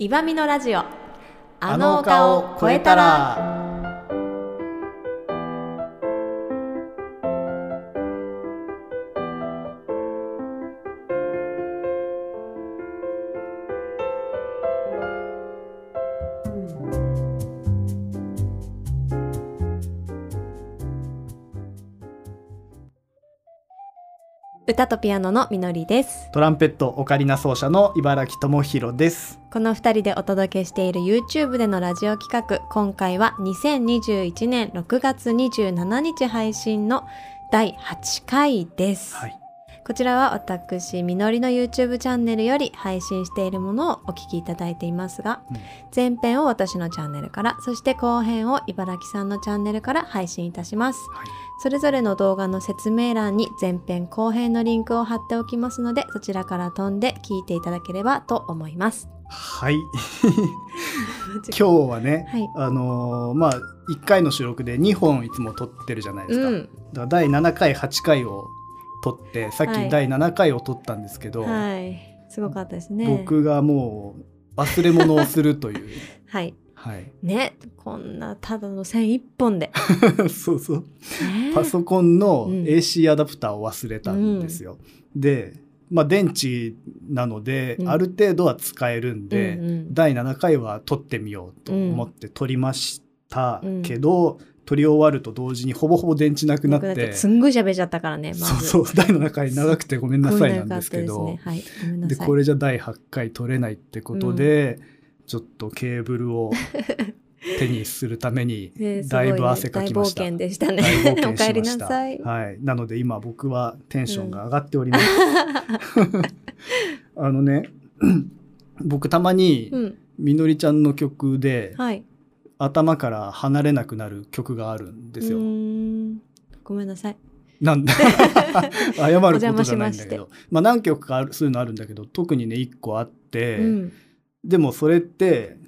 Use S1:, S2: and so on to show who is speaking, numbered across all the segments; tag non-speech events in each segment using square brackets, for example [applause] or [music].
S1: いばみのラジオ
S2: あの丘を超えたら
S1: 歌とピアノのみのりです
S2: トランペットオカリナ奏者の茨城智弘です。
S1: この二人でお届けしている YouTube でのラジオ企画今回は2021年6月27日配信の第8回です、
S2: はい、
S1: こちらは私みのりの YouTube チャンネルより配信しているものをお聞きいただいていますが、
S2: うん
S1: 前編を私のチャンネルからそして後編を茨城さんのチャンネルから配信いたします、
S2: はい
S1: それぞれの動画の説明欄に前編後編のリンクを貼っておきますのでそちらから飛んで聞いていただければと思います
S2: はい、 [laughs] 今日はね、
S1: はい
S2: あのーまあ1回の収録で2本いつも撮ってるじゃないですか。
S1: う
S2: だか
S1: ん
S2: ら第7回8回を撮ってさっ
S1: はい
S2: き第7回を撮ったんですけど、
S1: はいすごかったですね
S2: 僕がもう忘れ物をする
S1: [laughs]
S2: という。
S1: はい
S2: はい、
S1: ねこんなただの線一本で、
S2: [laughs] そうそう
S1: ね
S2: パソコンの
S1: うん
S2: AC アダプターを忘れたんですよ。で、まあ、電池なので、
S1: うん
S2: ある程度は使えるんで、
S1: うんうん
S2: 第7回は撮ってみようと思って撮りましたけど、撮り終わると同時にほぼほぼ電池なく
S1: な
S2: なっ
S1: くな
S2: て。
S1: ってすんごい喋っちゃったからねまず
S2: そうそう第7回長くてごめんなさいなんですけ
S1: ごめ
S2: ど
S1: んなさいですねはいごめんな
S2: で
S1: さい
S2: これじゃ第8回取れないってことで、ちょっとケーブルを手にするために
S1: [laughs] ねすご
S2: だ
S1: いね
S2: いぶ汗かきました。
S1: 大冒険でしたね
S2: 大冒険しま
S1: お
S2: した
S1: 帰りなさい
S2: はい、なので今僕はテンションが上がっております。 [laughs] あのね僕たまに
S1: [laughs] うん
S2: みのりちゃんの曲で
S1: はい
S2: 頭から離れなくなる曲があるんですよ。
S1: うーんごめんなさい [laughs]
S2: なんで謝ることじゃな
S1: お
S2: いんだけ
S1: 邪魔しま
S2: どまあ、何曲かあるそういうのあるんだけど特にね1個あって、
S1: うん
S2: でもそれって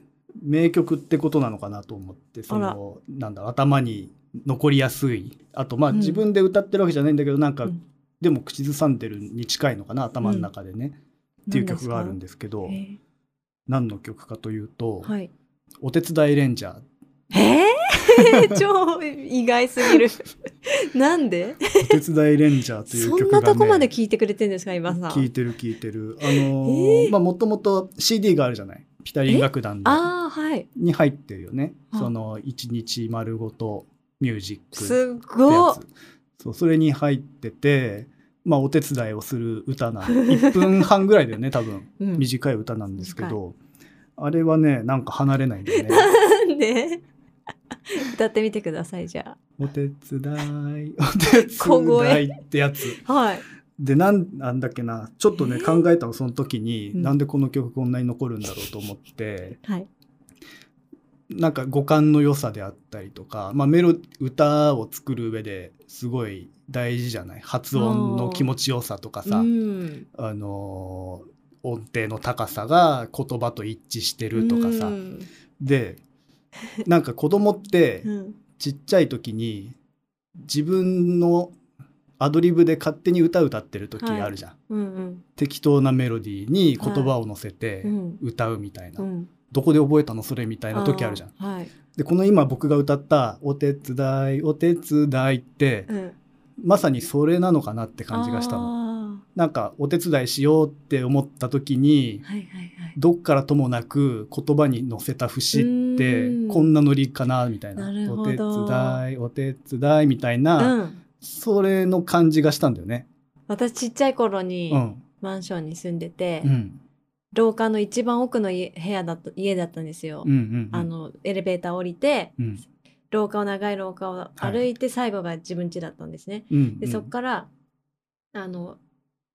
S2: 名曲ってことなのかなと思ってそ
S1: あら
S2: のなんだろう頭に残りやすいあとまあ
S1: うん
S2: 自分で歌ってるわけじゃないんだけど、なんか、
S1: うん
S2: でも口ずさんでるに近いのかな頭の中でね、っていう曲があるん
S1: で
S2: ですけど
S1: すかえ
S2: 何の曲かというと「
S1: ーはい
S2: お手伝いレンジャー」
S1: えー、 [laughs] 超意外すぎる [laughs] なんで
S2: 「お手伝いレンジャー」という
S1: そん
S2: 曲が、
S1: な
S2: ね、
S1: とこまで聞いてくれてんですか今さん
S2: 聞いてる聞いてるあのー
S1: えー
S2: まあもともと CD があるじゃないピタリン楽団の
S1: ああはい
S2: に入ってるよね
S1: あ
S2: その一日丸ごとミュージック
S1: す
S2: って
S1: ご
S2: や
S1: っ
S2: つそうそれに入っててまあお手伝いをする歌なの1分半ぐらいだよ [laughs] ね多分
S1: うん
S2: 短い歌なんですけど、あれはねなんか離れないんだよね [laughs]
S1: なんで [laughs] 歌ってみてくださいじゃ
S2: お手伝いお手伝いってやつ
S1: あはい
S2: でなんなんだっけなちょっとね
S1: え
S2: 考えたのその時に、
S1: うん
S2: なんでこの曲こんなに残るんだろうと思って
S1: はい
S2: なんか五感の良さであったりとか、まあ、メロ歌を作る上ですごい大事じゃない発音の気持ちよさとか
S1: う
S2: さ、
S1: ん
S2: あのー音程の高さが言葉と一致してるとかさ、
S1: うん
S2: でなんか子供って
S1: [laughs] うん
S2: ちっちゃい時に自分のアドリブで勝手に歌歌ってる時あるじゃん、
S1: うん
S2: 適当なメロディーに言葉を乗せ
S1: う
S2: て
S1: ん
S2: 歌うみたいな、
S1: うん
S2: どこで覚えたのそれみたいな時あるじゃん。
S1: ーはい
S2: でこの今僕が歌った「お手伝いお手伝い」って
S1: うん
S2: まさにそれなのかなって感じがしたの。
S1: の
S2: なんかお手伝いしようって思った時に
S1: はいはいはい
S2: どっからともなく言葉に乗せた節って
S1: うん
S2: こんなノリかなみたいな
S1: なるほ
S2: お手
S1: ど
S2: 伝いお手伝いみたいな、
S1: うん
S2: それの感じがしたんだよね。
S1: 私ちっちゃい頃に
S2: うん
S1: マンションに住んでて、
S2: うん
S1: 廊下の一番奥の家部屋だった家だったんですよ、
S2: うんうんうん
S1: あのエレベーター降りて
S2: うん
S1: 廊下を長い廊下を歩いて最後が自分家だったんですね、
S2: うん
S1: でそっからあの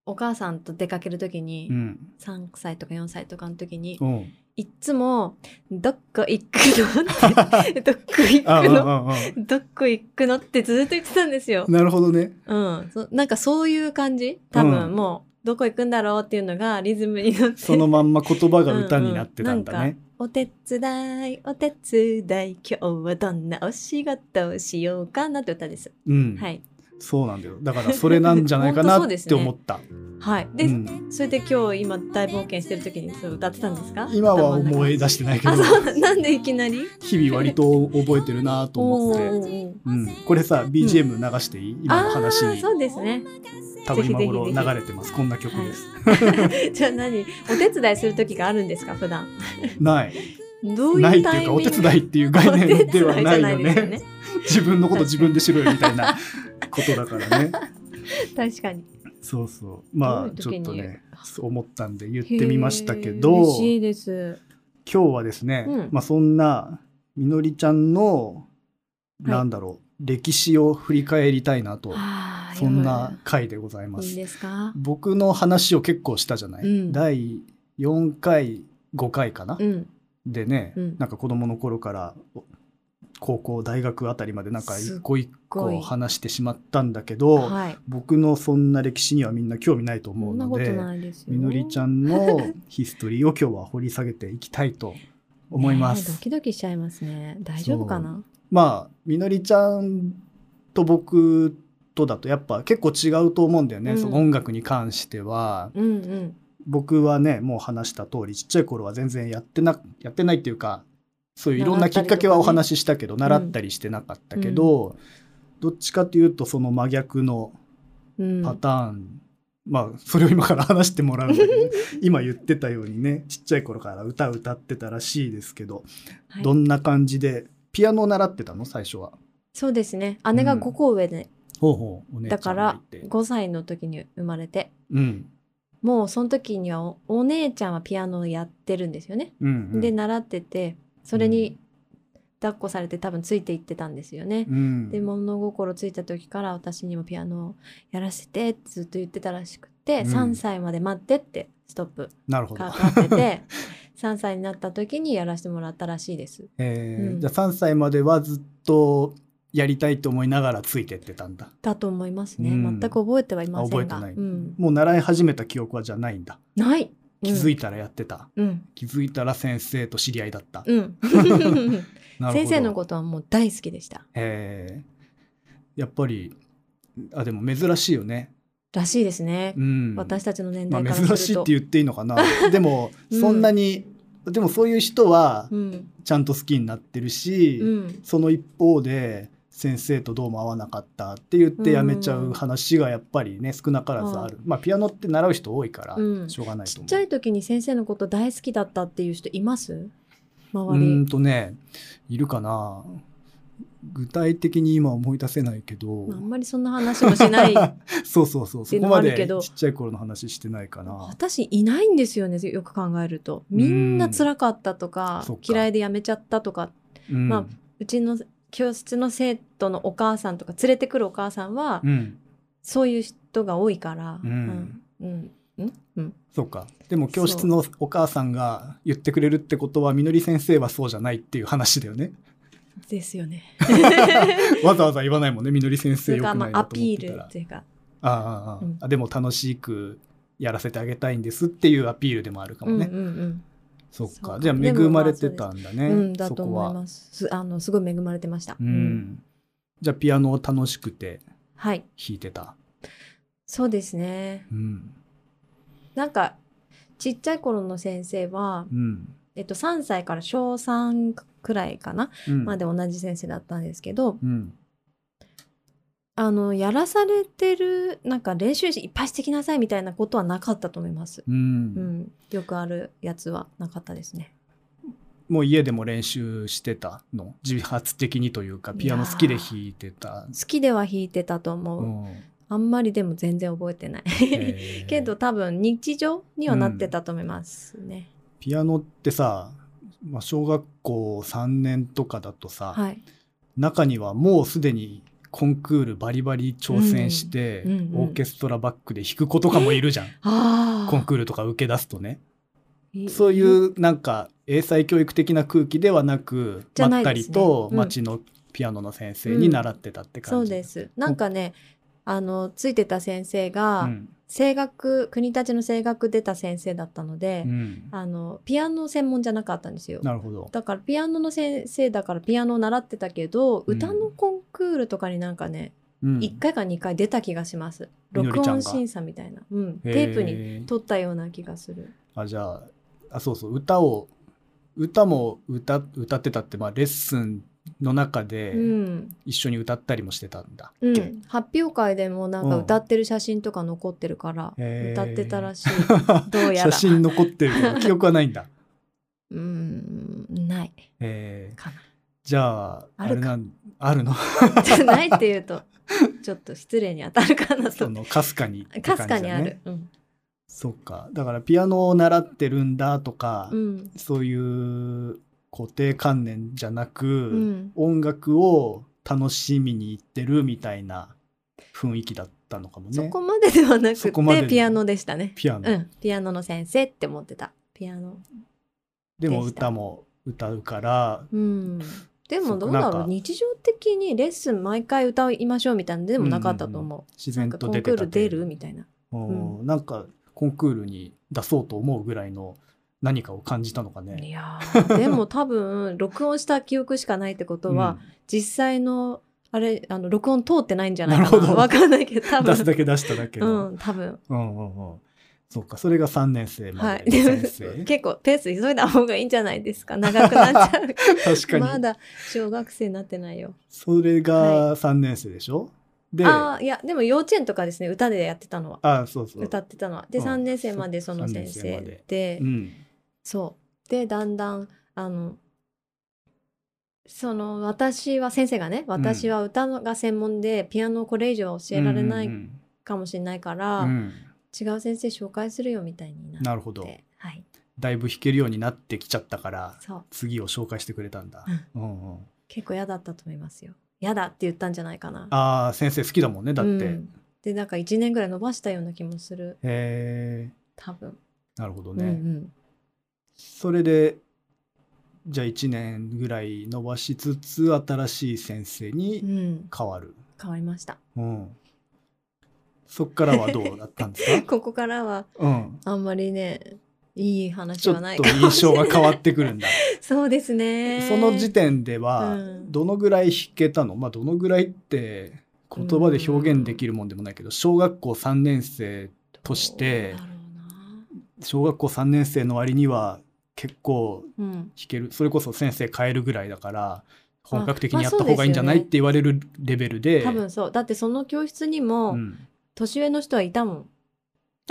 S1: お母さんと出かける時に、
S2: うん
S1: 3歳とか4歳とかの時に
S2: うん
S1: いっつも「どっこ行くの?」
S2: [laughs]
S1: って「どっこ行く
S2: ああ
S1: の?」
S2: あ
S1: [laughs]
S2: ああ
S1: 「どっこ行くの?」ってずっと言ってたんですよ
S2: あ。 [laughs] なるほどね。
S1: うん、そなんかそういう感じ多分、
S2: うん
S1: もうどこ行くんだろうっていうのがリズムに乗って
S2: そのまんま言葉が歌になってたんだ
S1: うんうん
S2: ね。
S1: お手伝いお手伝い今日はどんなお仕事をしようかなって歌です、
S2: うん
S1: はい
S2: そうなんだよだからそれなんじゃないかな
S1: 本当そうで
S2: っ
S1: す
S2: て
S1: ね
S2: 思った、
S1: はい。で、
S2: うん
S1: それで今日今大冒険してる時にそれ歌ってたんですか？
S2: 今は思い
S1: 出。
S2: 出してないけど
S1: あ、そう。なんでいきなり？
S2: 日々割と覚えてるなと思っ
S1: お
S2: て、
S1: ー
S2: うん、これさ BGM 流していい、今の話
S1: あー
S2: に
S1: そうですね。
S2: 多分今頃
S1: ぜひぜひ
S2: 流
S1: ぜひ
S2: れてますこんな曲です、
S1: [laughs] じゃあ何？お手伝いする時があるんですか普段？
S2: ない
S1: どう
S2: な
S1: い
S2: いっ
S1: う
S2: て
S1: タ
S2: いう
S1: イ
S2: か
S1: ミン
S2: お
S1: グ？
S2: 手伝いっていう概念ではないよ
S1: お手伝いじゃな
S2: ね
S1: いですよね
S2: [laughs] 自分のこと自分でしろよみたいなことだからね
S1: 確かに。
S2: そうそうまあ
S1: ど
S2: ち
S1: うい
S2: ょ
S1: う時
S2: っ
S1: に
S2: とねそう思ったんで言ってみましたけど
S1: へー嬉
S2: 今
S1: しいです。
S2: 日はですね、
S1: うん
S2: まあ、そんなみのりちゃんの、
S1: はい
S2: なんだろう歴史を振り返りたいなと
S1: あー
S2: そんな回でございま
S1: いい
S2: す。
S1: ですか？
S2: 僕の話を結構したじゃない、
S1: うん
S2: 第4回5回かな、
S1: うん。
S2: でね、
S1: うん
S2: なんか子供の頃からお高校大学あたりまでなんか一個一
S1: すっごい
S2: 個話してしまったんだけど、
S1: はい。
S2: 僕のそんな歴史にはみんな興味ないと
S1: そ
S2: 思うん
S1: な
S2: の
S1: こと
S2: で
S1: ないですよ。
S2: みのりちゃんのヒストリーを今日は掘り下げていきたいと思いま
S1: ねえド
S2: す。
S1: キドキしちゃいますね。大丈夫かな？
S2: まあみのりちゃんと僕とだとやっぱ結構違うと思うんだよね、
S1: うん
S2: その音楽に関しては。
S1: うんうん。
S2: 僕はねもう話した通りちっちゃい頃は全然やってなやってないっていうかそういういろんなきっかけはお話ししたけど
S1: 習
S2: 習
S1: ったりとかね
S2: ったりしてなかったけど、どっちかというとその真逆の
S1: うん
S2: パターン、まあそれを今から話してもらうん
S1: [laughs]
S2: だけど今言ってたようにねちっちゃい頃から歌歌ってたらしいですけど、
S1: はい
S2: どんな感じでピアノを習ってたの最初は。
S1: そうですね姉
S2: う
S1: が
S2: ん
S1: 5個上で、
S2: ほうほうお姉ちゃ
S1: だ
S2: ん
S1: か
S2: が
S1: ら
S2: いて
S1: 5歳の時に生まれて
S2: うん
S1: もうその時にはおお姉ちゃんはピアノをやってるんですよね、
S2: うんうん
S1: で習っててそれに抱っこされて多分ついていってたんですよね、
S2: うん
S1: で物心ついた時から私にもピアノをやらせてってずっと言ってたらしくて、
S2: うん
S1: 3歳まで待ってってストップ
S2: なるほど
S1: かかってて3歳になった時にやらせてもらったらしいです
S2: えー
S1: うん
S2: じゃあ3歳まではずっとやりたいと思いながらついてってたんだ
S1: だと思いますね、
S2: うん
S1: 全く覚えてはいませんが
S2: あ覚えてない
S1: うん、
S2: もう習い始めた記憶はじゃあないんだ
S1: ない
S2: 気づ
S1: い
S2: いたらやってた、
S1: うん
S2: 気づいたら先生と知り合いだった、
S1: うん、
S2: なるほ
S1: 先
S2: ど
S1: 生のことはもう大好きでした
S2: えーやっぱりあでも珍しいよね
S1: らしいですね、
S2: うん
S1: 私たちの年
S2: ま
S1: 代
S2: あ
S1: からすると、
S2: 珍しいって言っていいのかな [laughs] でも
S1: うん
S2: そんなに、でもそういう人は
S1: うん
S2: ちゃんと好きになってるし、
S1: うん
S2: その一方で先生とどうも合わなかったって言って辞めちゃう話がやっぱりね少なからずある、まあピアノって習う人多いから
S1: うん
S2: しょうがないと
S1: ちっ
S2: 思う、
S1: ちゃい時に先生のこと大好きだったっていう人います
S2: う
S1: 周
S2: ーん
S1: り
S2: とねいるかな具体的に今思い出せないけど
S1: あんまりそんな話もし
S2: [laughs]
S1: ない
S2: そうそうそう
S1: て
S2: そ
S1: いう
S2: こ
S1: のもあ
S2: ま
S1: る
S2: で
S1: けど
S2: ちっちゃい頃の話してないかな
S1: 私いないんですよねよく考えるとみんな辛かったとか
S2: そっか
S1: 嫌いでやめちゃったとか
S2: うん、
S1: まあうちの教室の生徒のお母さんとか連れてくるお母さんは、
S2: うん
S1: そういう人が多いから、
S2: うん
S1: うんうんうん、
S2: そうかでも教室のお母さんが言ってくれるってことはみのり先生はそうじゃないっていう話だ
S1: [laughs]
S2: よね
S1: ですよね。
S2: わざわざ言わないもんねみのり先
S1: そ
S2: 生
S1: れ
S2: よく
S1: か
S2: な
S1: ま
S2: い
S1: あ
S2: な
S1: ア
S2: と思
S1: ピ
S2: ってた
S1: ール
S2: ら
S1: っていうか
S2: ああああ、
S1: うん
S2: あでも楽しくやらせてあげたいんですっていうアピールでもあるかもね、
S1: うんうん
S2: そっ
S1: そう
S2: か
S1: か
S2: じゃあ恵まれてたんだ
S1: う
S2: ね、
S1: んうん、だ
S2: そ
S1: と
S2: こ
S1: 思い
S2: は
S1: ますすあのすごい恵まれてました、
S2: う
S1: うん
S2: んじゃあピアノを楽しくて
S1: はい
S2: 弾いてた
S1: そうですね
S2: うん
S1: なんかちっちゃい頃の先生は、
S2: うん、
S1: えっと、3歳から小3くらいかな、
S2: うん、
S1: まで同じ先生だったんですけど
S2: うん
S1: あのやらされてるなんか練習いっぱいしてきなさいみたいなことはなかったと思います、
S2: うん
S1: うん、よくあるやつはなかったですね
S2: もう家でも練習してたの自発的にというかピアノ好きで弾いてた、
S1: 好きでは弾いてたと思う、
S2: うん
S1: [laughs] あんまりでも全然覚えてない
S2: へ
S1: [laughs]
S2: ー
S1: けど多分日常にはなってたと思いますね、
S2: ピアノってさ、まあ、小学校3年とかだとさ、
S1: はい
S2: 中にはもうすでにコンクールバリバリ挑戦して、
S1: うんうんうん
S2: オーケストラバックで弾く子とかもいるじゃん、
S1: [laughs] あ
S2: コンクールとか受け出すとね
S1: あ
S2: そういううなんか英才教育的な空気ではなく
S1: じゃ
S2: ま
S1: な
S2: っ
S1: い
S2: た
S1: で
S2: り
S1: すね
S2: と
S1: うん
S2: 町のピアノの先生に習ってたって
S1: そ
S2: 感
S1: う
S2: じ、
S1: ですなんかねあのついてた先生
S2: う
S1: が、
S2: ん
S1: 声楽国立の声楽出た先生だったので、
S2: うん
S1: あのピアノ専門じゃなかったんですよ
S2: なるほど
S1: だからピアノの先生だからピアノを習ってたけど、
S2: うん
S1: 歌のコンクールとかになんかね
S2: うん
S1: 1回か2回出た気がします
S2: みの
S1: 録
S2: りちゃん
S1: 音
S2: が
S1: 審査みたいな、うん、
S2: へ
S1: テープに
S2: ー
S1: 撮ったような気がする
S2: あじゃああそうそう歌を歌も歌歌ってたって、まあ、レッスンの中で
S1: うん、
S2: 一緒に歌ったりもしてたんだっけ、
S1: うん、発表会でもなんか
S2: うん
S1: 歌ってる写真とか残ってるから、
S2: へ
S1: 歌
S2: ー
S1: ってたら
S2: [laughs]
S1: しいどうやら
S2: 写真残ってる
S1: [laughs]
S2: けど記憶はないんだ
S1: うんない [laughs]
S2: えー
S1: かな
S2: じゃああ
S1: ある
S2: れ
S1: か
S2: なんあるの
S1: じゃないっていうとちょっと失礼に当たるかな
S2: そ
S1: と
S2: のかすかにって
S1: かす
S2: 感じ
S1: か
S2: だ
S1: に
S2: ね
S1: ある、うん
S2: そうかだからピアノを習ってるんだとか、
S1: うん
S2: そういう固定観念じゃなく、
S1: うん、
S2: 音楽を楽しみに行ってるみたいな雰囲気だったのかもね
S1: そこまでではなく
S2: そこまで
S1: て
S2: で
S1: ピアノでしたね
S2: ピアノ、
S1: うんピアノの先生って思ってたピアノ
S2: でも
S1: でした
S2: 歌も歌うから
S1: うんでもどうだ
S2: そう
S1: ろう
S2: な
S1: ん
S2: か
S1: 日常的にレッスン毎回歌いましょうみたいなのでもなかったと思う、
S2: 自
S1: なんか
S2: 然と
S1: コ
S2: 出
S1: ン
S2: て
S1: クー
S2: た
S1: ル
S2: とい
S1: 出
S2: う
S1: るみたいな
S2: うんなんかコンクールに出そうと思うぐらいの何かを感じたのか
S1: い
S2: ね。
S1: やーでも多分録音した記憶しかないってことは、実際のあれあの録音通ってないんじゃないか
S2: な
S1: な
S2: るほど
S1: わかんないけど多
S2: うん出すだ
S1: 分
S2: け出しただけ
S1: う
S2: の。
S1: ん多分
S2: うんうんうんそうかそれが3年生
S1: は
S2: ま
S1: い
S2: での先生、
S1: でも [laughs] 結構ペース急いだ方がいいんじゃないですか長くなっちゃう
S2: 確かに、
S1: まだ小学生になってないよ
S2: それが3年生でしょ、であ
S1: ああいやでも幼稚園とかですね歌でやってたのは
S2: あそうそう
S1: 歌ってたのはで
S2: うん
S1: 3年生までその
S2: 三
S1: 先
S2: 年生
S1: 生
S2: まで
S1: で
S2: うん
S1: そう。で、だんだん、あの、その私は先生がね私は歌のが専門で、ピアノをこれ以上は教えられな
S2: う
S1: い
S2: ん
S1: かもしれないか
S2: う
S1: ら、
S2: んうん
S1: 違う先生紹介するよみたいになって
S2: なるほど
S1: はい
S2: だいぶ弾けるようになってきちゃったから
S1: そう
S2: 次を紹介してくれたんだ、うんうん、
S1: 結構嫌だったと思いますよ嫌だって言ったんじゃないかな
S2: ああ先生好きだもんねだって、
S1: うんでなんか1年ぐらい伸ばしたような気もする
S2: へえ
S1: 多分、
S2: なるほどね、
S1: うんうん
S2: それでじゃあ1年ぐらい伸ばしつつ新しい先生
S1: う
S2: に
S1: ん、
S2: 変わる、
S1: 変わりました [laughs]
S2: うん、そっからはどうだったんで
S1: [laughs]
S2: すか、
S1: ここからは
S2: うん、
S1: あんまりねいい
S2: ち
S1: 話
S2: ょ
S1: は
S2: っ
S1: ない
S2: と
S1: かも
S2: 印
S1: しれ
S2: 象
S1: ない
S2: が変わってくるんだ
S1: [laughs] そうですね
S2: その時点では
S1: うん
S2: どのぐらい弾けたの、まあ、どのぐらいって言葉で表現できるもんでもないけど小学校3年生とし
S1: どう
S2: て
S1: だろ
S2: 小学校3年生の割には結構
S1: うなうん
S2: 弾けるそれこそ先生変えるぐらいだから
S1: まあ
S2: 本格的にやった方がいいんじゃない、
S1: まあそうですよね
S2: って言われるレベルで
S1: 多分そうだってその教室に
S2: う
S1: も [laughs]
S2: ん、
S1: 年上の人はいたもん、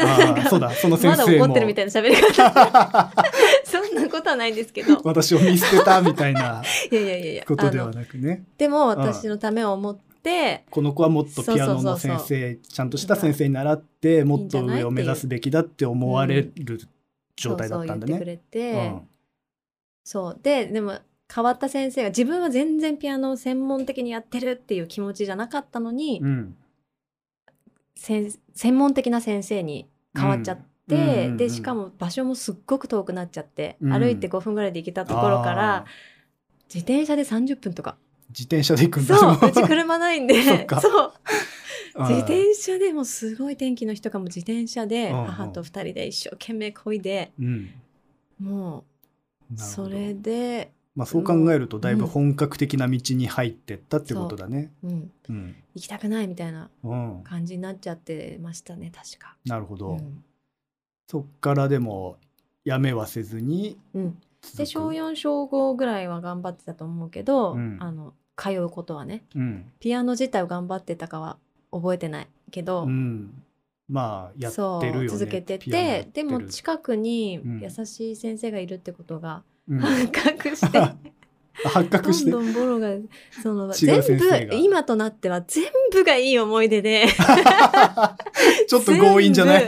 S2: ああそうだその先
S1: まだ
S2: 生
S1: 怒
S2: も
S1: ってるみたいな喋り方 [laughs] そんなことはないんですけど
S2: [laughs] 私を見捨てたみたいない
S1: やいやいやいや
S2: こと
S1: あ
S2: では
S1: の
S2: なくね
S1: でも私のためを思って、
S2: この子はもっとピアノの
S1: そうそう
S2: 先
S1: そう
S2: 生ちゃんとした先生に習ってもっ
S1: いい
S2: と
S1: んじゃない
S2: 上を目指すべきだって思われる状態だったんだ
S1: そうそう言ってく
S2: ね。
S1: れて、そうででも変わった先生が自分は全然ピアノを専門的にやってるっていう気持ちじゃなかったのに、
S2: うんうん
S1: せん専門的な先生に変わっちゃって。
S2: うんうん
S1: でしかも場所もすっごく遠くなっちゃって、
S2: うん
S1: 歩いて5分ぐらいで行けたところから
S2: あー
S1: 自転車で30分とか
S2: 自転車で行くんだ
S1: そううち車ないん
S2: [laughs] そ
S1: で
S2: っか
S1: そう
S2: うん
S1: 自転車でもうすごい天気の日とかも自転車で
S2: うんうん
S1: 母と2人で一生懸命こいで
S2: うん
S1: もう
S2: なるほ
S1: そ
S2: ど
S1: れで、
S2: まあ、そう考えるとだいぶ本格的な道に入ってったってことだね。
S1: うん、
S2: うん、
S1: 行きたくないみたいな
S2: うん、
S1: 感じになっちゃってましたね確か。
S2: なるほど、
S1: うん
S2: そっからでもやめはせずに
S1: うん
S2: 続く
S1: で小4小5ぐらいは頑張ってたと思うけど、
S2: うん
S1: あの通うことはね
S2: うん
S1: ピアノ自体を頑張ってたかは覚えてないけど、
S2: うん、まあやって
S1: そ
S2: るよね
S1: う続けて
S2: ピアノやってる
S1: でも近くに
S2: うん
S1: 優しい先生がいるってことが
S2: うん
S1: 発覚して、
S2: [laughs] 発覚して
S1: どんどんボロがそ
S2: [laughs]
S1: の
S2: 違
S1: 全
S2: う先生が
S1: 部今となっては全部がいい思い出で
S2: [laughs] [laughs] ちょっと強引じゃない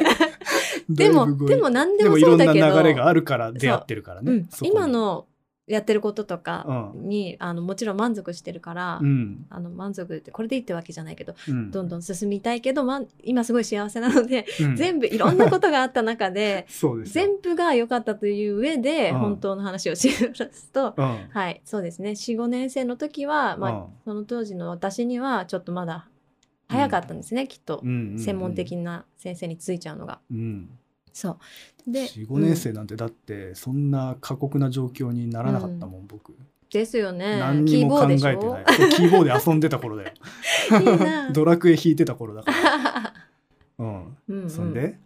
S1: 全部で
S2: だいぶ
S1: も
S2: 強
S1: で
S2: 引
S1: も何で
S2: で
S1: も
S2: もい
S1: そ
S2: ろ
S1: うん
S2: な
S1: だけど
S2: 流れがあるから出会ってるからね、
S1: うん
S2: そこに
S1: 今、のやってることとかに、あのもちろん満足してるから、
S2: うん
S1: あの満足ってこれでいいってわけじゃないけど
S2: うん、
S1: どんどん進みたいけど、ま、今すごい幸せなので、
S2: うん
S1: 全部いろんなことがあった中で
S2: そうですよ
S1: 全部が良かったという上で、
S2: うん
S1: 本当の話をしますと、 [laughs]
S2: うん
S1: はいそうですね45年生の時は、まあ、
S2: うん
S1: その当時の私にはちょっとまだ早かったんですね、きっと
S2: う、んうん、
S1: 専門的な先生についちゃうのが。
S2: うん、
S1: そうで
S2: 45年生なんてだってそんな過酷な状況にならなかったもん、僕
S1: ですよね
S2: 何にも考えてないそうキーボードで遊んでた頃だよ
S1: キーボードでしょ [laughs] いいな
S2: [laughs] ドラクエ弾いてた頃だから、うん、
S1: [laughs] うんうん
S2: そんで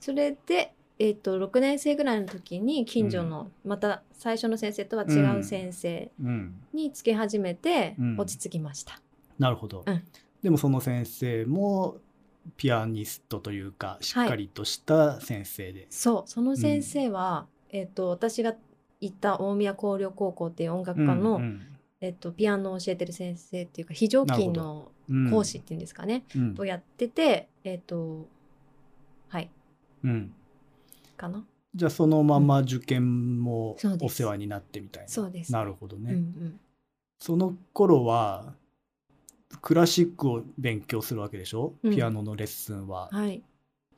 S1: それで、えっと6年生ぐらいの時に近所の、また最初の先生とは違う先生
S2: うん
S1: につけ始めて
S2: うん
S1: 落ち着きました。
S2: なるほど、
S1: うん
S2: でもその先生もピアニストというかしっかりとした先生で、
S1: そうその先生は、えっと私が行った大宮光陵高校っていう音楽家の、
S2: うん
S1: えっとピアノを教えてる先生っていうか非常勤の
S2: うんうん
S1: 講師っていうんですかね、
S2: うん
S1: をやっててえっとはい
S2: うん
S1: かな
S2: じゃあそのまま受験も
S1: そうで
S2: お
S1: す
S2: 世話になってみたいな、
S1: そうです。
S2: なるほどね、
S1: うんうん、
S2: その頃はクラシックを勉強するわけでしょ、
S1: うん
S2: ピアノのレッスンは、
S1: はい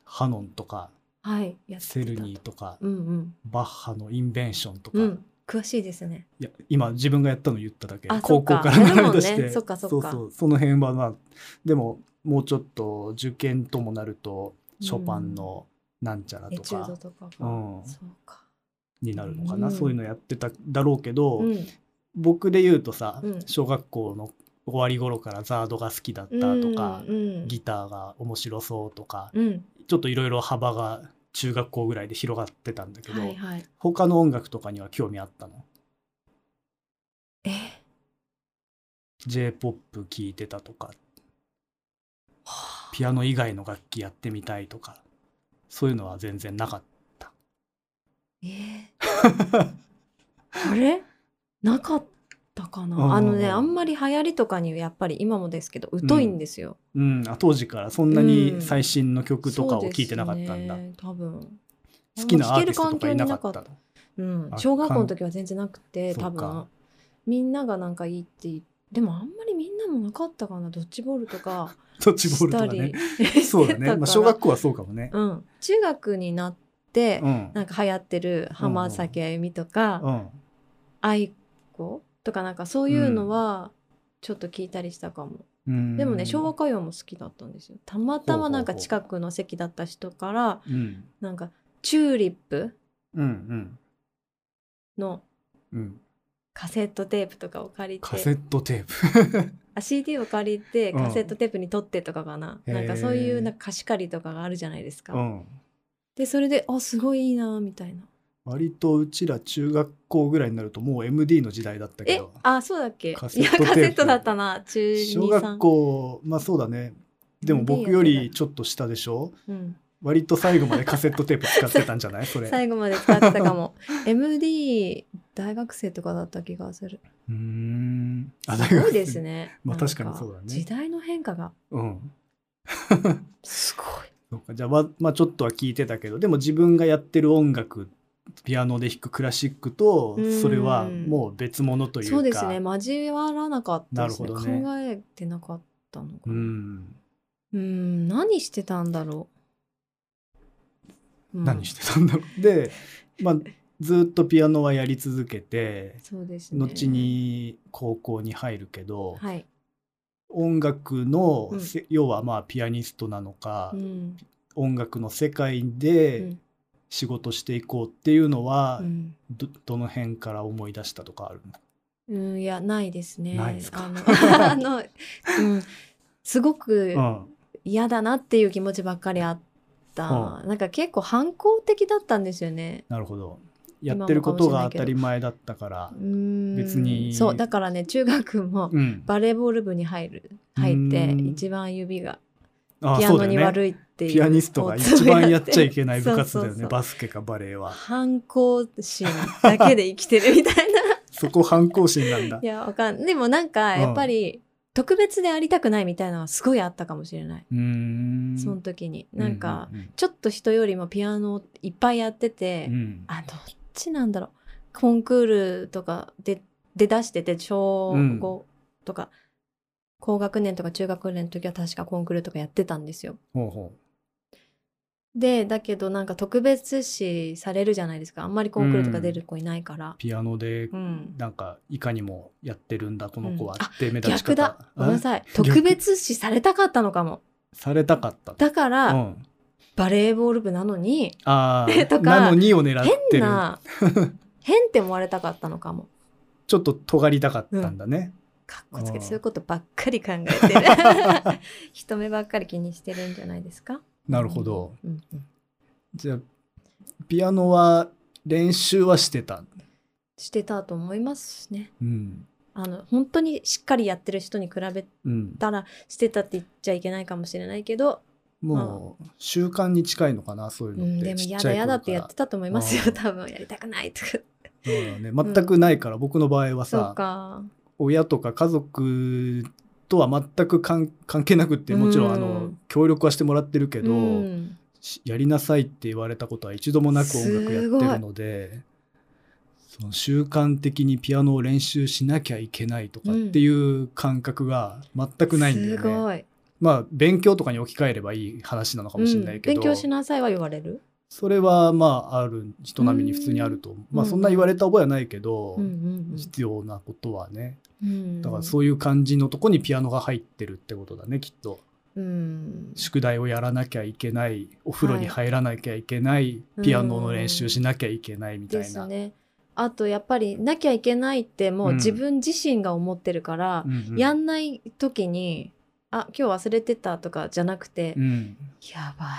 S2: ハノンとか
S1: はいやってた
S2: セルニーとか
S1: うんうん
S2: バッハのインベンションとか、
S1: うん詳しいですね。
S2: いや今自分がやったの言っただけ
S1: あ
S2: 高校から
S1: そっか
S2: 離れ出し
S1: やるもん
S2: て
S1: ねそっかそっか
S2: そうその辺はまあでももうちょっと受験ともなるとショパンのなんちゃら
S1: エ
S2: と
S1: チュード
S2: か
S1: とか
S2: う
S1: が、
S2: ん
S1: そうか、
S2: になるのかな、
S1: うん
S2: そういうのやってただろうけど、
S1: うん、
S2: 僕で言うとさ、
S1: うん
S2: 小学校の終わり頃からザードが好きだったとか、
S1: うん、
S2: ギターが面白そうとか、
S1: うん、
S2: ちょっといろいろ幅が中学校ぐらいで広がってたんだけど、
S1: はいはい
S2: 他の音楽とかには興味あったの
S1: え
S2: j p o p 聴いてたとか
S1: はあ
S2: ピアノ以外の楽器やってみたいとかそういうのは全然なかっ
S1: え
S2: [laughs]
S1: ーあれなかったかな、
S2: うん
S1: あのねあんまり流行りとかにやっぱり今もですけど疎いんですよ、
S2: た、うん、あ当時からそんなに最新の曲とかを
S1: そうです
S2: 聴いてなかったんだ、
S1: ね、多分
S2: 好きなアーティストとかいなか
S1: あ
S2: っ
S1: んま
S2: た
S1: 聞け
S2: の
S1: うん
S2: あ
S1: 小学校の時は全然なくて多
S2: かんそう
S1: 分
S2: か
S1: みんながなんかいいって言ってでもあんまりみんなもなかったかなドッジボールとか
S2: [laughs] ドッジボー
S1: し
S2: ルと
S1: た
S2: か
S1: り
S2: ね
S1: してたから
S2: [laughs] そうだ
S1: [laughs]
S2: ね、まあ、小学校はそうかもね、
S1: うん、中学になって、
S2: うん
S1: なんか流行ってる浜崎あゆみとか、
S2: うん、
S1: 愛子とかなんかそういうのはちょっと聞いたりしたかも、
S2: うん
S1: でもね昭和歌謡も好きだったんですよたまたまなんか近くの席だった人から
S2: うん
S1: なんかチューリップ
S2: うん
S1: の
S2: うんうん
S1: カセットテープとかを借り
S2: カ
S1: て
S2: セットテープ
S1: あ CD を借りて
S2: うん
S1: カセットテープに撮ってとかかな、
S2: へー
S1: なんかそういうなんか貸し借りとかがあるじゃないですか、
S2: うん
S1: でそれであすごいいいなみたいな
S2: 割とうちら中学校ぐらいになるともう MD の時代だったけ
S1: え
S2: ど
S1: あそうだっけいや
S2: カ
S1: カ
S2: セ
S1: セ
S2: ットテープ
S1: ットだったな中2
S2: 小学、校まあそうだねでも僕よりちょっと下でしょ
S1: 3うん、
S2: 割と最後までカセットテープ使ってたんじゃないそれ
S1: [laughs] 最後まで使ってたか
S2: [laughs]
S1: も MD 大学生とかだった気がする
S2: うーんあ
S1: すごいです
S2: ね
S1: ね
S2: まあ
S1: なん
S2: 確かにそうだね
S1: 時代の変化が
S2: うん
S1: すごい
S2: そうかじゃあままあちょっとは聞いてたけどでも自分がやってる音楽ピアノで弾くクラシックと
S1: うん
S2: それはもう別物というか
S1: そうですね交わらなかったですね
S2: なるほどね
S1: 考えてなかったのか
S2: う
S1: なうん
S2: ん
S1: ん何してたんだろう、うん
S2: 何してたんだろう。で、まあ、ずっとピアノはやり続けて、
S1: そうですね
S2: 後に高校に入るけど、
S1: はい、
S2: 音楽の、
S1: うん
S2: せ要はまあピアニストなのか、
S1: うん
S2: 音楽の世界
S1: う
S2: で
S1: ん
S2: 仕事していこうっていうのは、
S1: うん
S2: どどの辺から思い出したとかある
S1: うん、いやないですね。
S2: ないですか
S1: あの [laughs] あの、うん、すごく
S2: の、
S1: 嫌だなっていう気持ちばっかりあった、
S2: う
S1: なんか結構反抗的だったんですよね
S2: うん、なるほど。やってることが当たり前だったから
S1: う、ーん
S2: 別に
S1: そうだからね中学も
S2: うん、
S1: バレーボール部に入る入って
S2: うん
S1: 一番指が
S2: あ
S1: ピア
S2: そう
S1: ノ
S2: だよ
S1: に
S2: ね。
S1: 悪いっていう
S2: ピアニストが一番やっちゃいけない部活だよね、
S1: [laughs] そうそうそう
S2: バスケかバレエは。
S1: 反抗心だけで生きてるみた
S2: [laughs]
S1: いな
S2: そこ反抗心な
S1: [laughs]
S2: んだ
S1: い。やわかんでもなんかやっぱり特別でありたくないみたいなのはすごいあったかもしれない、
S2: うーん
S1: その時になんか、
S2: うん
S1: ちょっと人よりもピアノをいっぱいやってて、
S2: うんうん
S1: あどっちなんだろうコンクールとかで出だしてて小
S2: うん
S1: 5とか、高学年とか中学年の時は確かコンクールとかやってたんですよ。
S2: ほうほ
S1: でだけどなんか特別視されるじゃないですかあんまりコンクールとか出る子いないから
S2: う。ピアノで
S1: うん
S2: なんかいかにもやってるんだこの子は
S1: うんあ
S2: って目立ち
S1: 逆
S2: 方、
S1: だごめんな
S2: あ
S1: さい
S2: 逆
S1: 特別視されたかったのかも
S2: されたかった
S1: だか
S2: う
S1: ら、
S2: ん、
S1: バレーボール部なのに
S2: あー
S1: とか
S2: なのにを狙ってる [laughs]
S1: 変な変って思われたかったのかも
S2: ちょっと尖りたかったんだね。
S1: かっこつけて
S2: あー
S1: そういうことばっかり考えてる
S2: [laughs]
S1: 人目ばっかり気にしてるんじゃないですか
S2: なるほど。
S1: うんうん
S2: じゃあピアノは練習はしてた。
S1: してたと思いますね
S2: うん。
S1: あの本当にしっかりやってる人に比べ
S2: うん、
S1: たらしてたって言っちゃいけないかもしれないけど、
S2: もう習慣に近いのかなそういう
S1: う
S2: の
S1: ん、
S2: って。
S1: でも
S2: ち
S1: や
S2: ちゃ
S1: だ
S2: い頃
S1: やだってやってたと思いますよ
S2: あー
S1: 多分やりたくないとか
S2: からそうだね全くないから、僕の場合は
S1: そう
S2: さ
S1: か
S2: 親とか家族とは全く関関係なくってもちろんあの、
S1: うん
S2: 協力はしてもらってるけど、
S1: うん
S2: しやりなさいって言われたことは一度もなく音楽やってるのでその習慣的にピアノを練習しなきゃいけないとかっていう感覚が全くないんだよね。
S1: すごい、
S2: まあ勉強とかに置き換えればいい話なのかもしれないけど、
S1: うん、勉強しなさいは言われる、
S2: それはまあある人並みに普通にあると、まあそんな言われた覚えはないけど、
S1: うんうん
S2: 必要なことはね
S1: うん、
S2: だからそういう感じのとこにピアノが入ってるってことだねきっと。
S1: うん、
S2: 宿題をやらなきゃいけないお風呂に入らなきゃいけない、
S1: はい
S2: ピアノの練習しなきゃいけないみた
S1: で
S2: い
S1: す
S2: な。
S1: ねあとやっぱりなきゃいけないってもううん自分自身が思ってるから
S2: う、んうん
S1: やんない時にあ今日忘れてたとかじゃなくて、
S2: うん、
S1: やば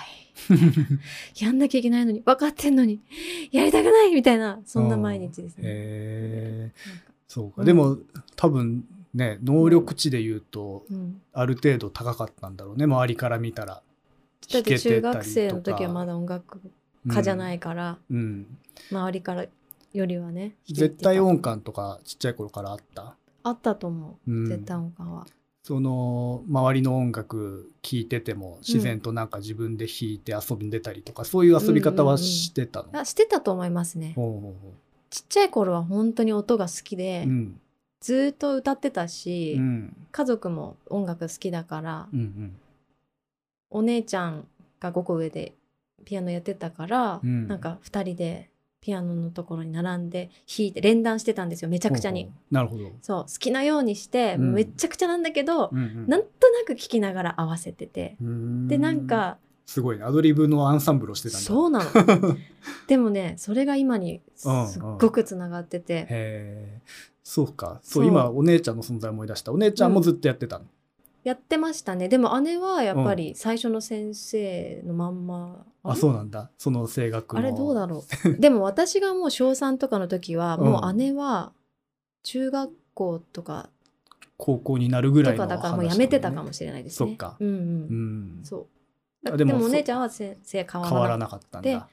S1: い [laughs] やんなきゃいけないのに分かってんのにやりたくないみたいなそんな毎日ですね。
S2: えー
S1: なんか
S2: そうか、
S1: うん
S2: でも多分ね能力値で言うと
S1: うん、
S2: ある程度高かったんだろうね周りから見たら。
S1: だって中
S2: 弾
S1: 学
S2: け
S1: 生
S2: てたり
S1: の
S2: とか、
S1: 時はまだ音楽家じゃないいから、
S2: うん
S1: 周りからよりはね弾いてた
S2: 絶対音感とかちっちゃい頃からあった。
S1: あったと思
S2: う
S1: う、
S2: ん
S1: 絶対音感は。
S2: その周りの音楽聴いてても自然となんか自分で弾いて遊んでたりとか、そういう遊び方はしてたの。
S1: あしてたと思いますね。
S2: ほうほうほう
S1: ちっちゃい頃は本当に音が好きで、
S2: うん
S1: ずーっと歌ってたし、
S2: うん
S1: 家族も音楽好きだから、
S2: うん
S1: お姉ちゃんが5個上でピアノやってたから、
S2: うん
S1: なんか2人でピアノのところに並んで弾いて連弾してたんですよめちゃくちゃに。
S2: ほうほうなるほど、
S1: そう好きなようにして、
S2: うん
S1: めちゃくちゃなんだけど、
S2: うんうん
S1: なんとなく聴きながら合わせてて。
S2: うーん
S1: でなんか
S2: すごいねアドリブのアンサンブルをしてたんだ
S1: そうなの
S2: [laughs]
S1: でもねそれが今にすっごくつながってて、
S2: へえそうかそう
S1: そう
S2: 今お姉ちゃんの存在を思い出したお姉ちゃんもずっとやってたの、
S1: やってましたねでも姉はやっぱり最初の先生のまんま、
S2: あそうなんだその声楽の
S1: あれどうだろう [laughs] でも私がもう小3とかの時は
S2: うん
S1: もう姉は中学校とか
S2: 高校になるぐ
S1: と
S2: らい
S1: か
S2: の話
S1: だ
S2: だ
S1: から
S2: も
S1: も
S2: ん
S1: う
S2: ね
S1: やめてたかもしれないですね
S2: そっか
S1: うん
S2: う
S1: うん、
S2: ん
S1: そう
S2: あ
S1: で
S2: でも
S1: もお姉ちゃんは先生変わ
S2: 変わ
S1: ら
S2: ら
S1: ない
S2: なかったんだ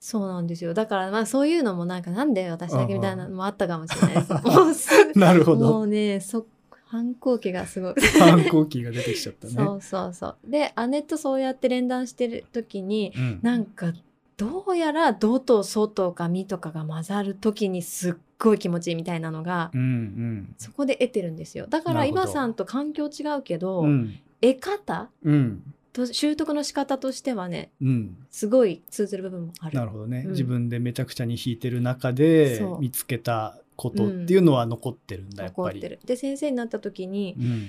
S1: そうなんですよだからまあそういうのもなんかなんで私だけみたいなのもあったかもしれないです、
S2: うんうん
S1: もう
S2: [laughs]
S1: すぐ
S2: なるほ
S1: も
S2: ど
S1: うねそ反抗期がすごい
S2: 反抗期が出てきちゃったね
S1: そうそうそうで姉とそうやって連弾してる時に
S2: うん
S1: なんかどうやら「ど」と「そ」とか「み」とかが混ざる時にすっごい気持ちいいみたいなのが、
S2: うん
S1: そこで得てるんですよだから
S2: なるほど
S1: 今さんと環境違うけど、
S2: うんうん
S1: 得方
S2: うん
S1: と習得の仕方としてはね
S2: うん
S1: すごい通ずる部分もある
S2: なるほどね、
S1: うん
S2: 自分でめちゃくちゃに弾いてる中で
S1: そう
S2: 見つけたことっていうのは残ってるんだ、やっ
S1: 残
S2: ぱ
S1: っ
S2: り
S1: てるで先生になった時に
S2: うん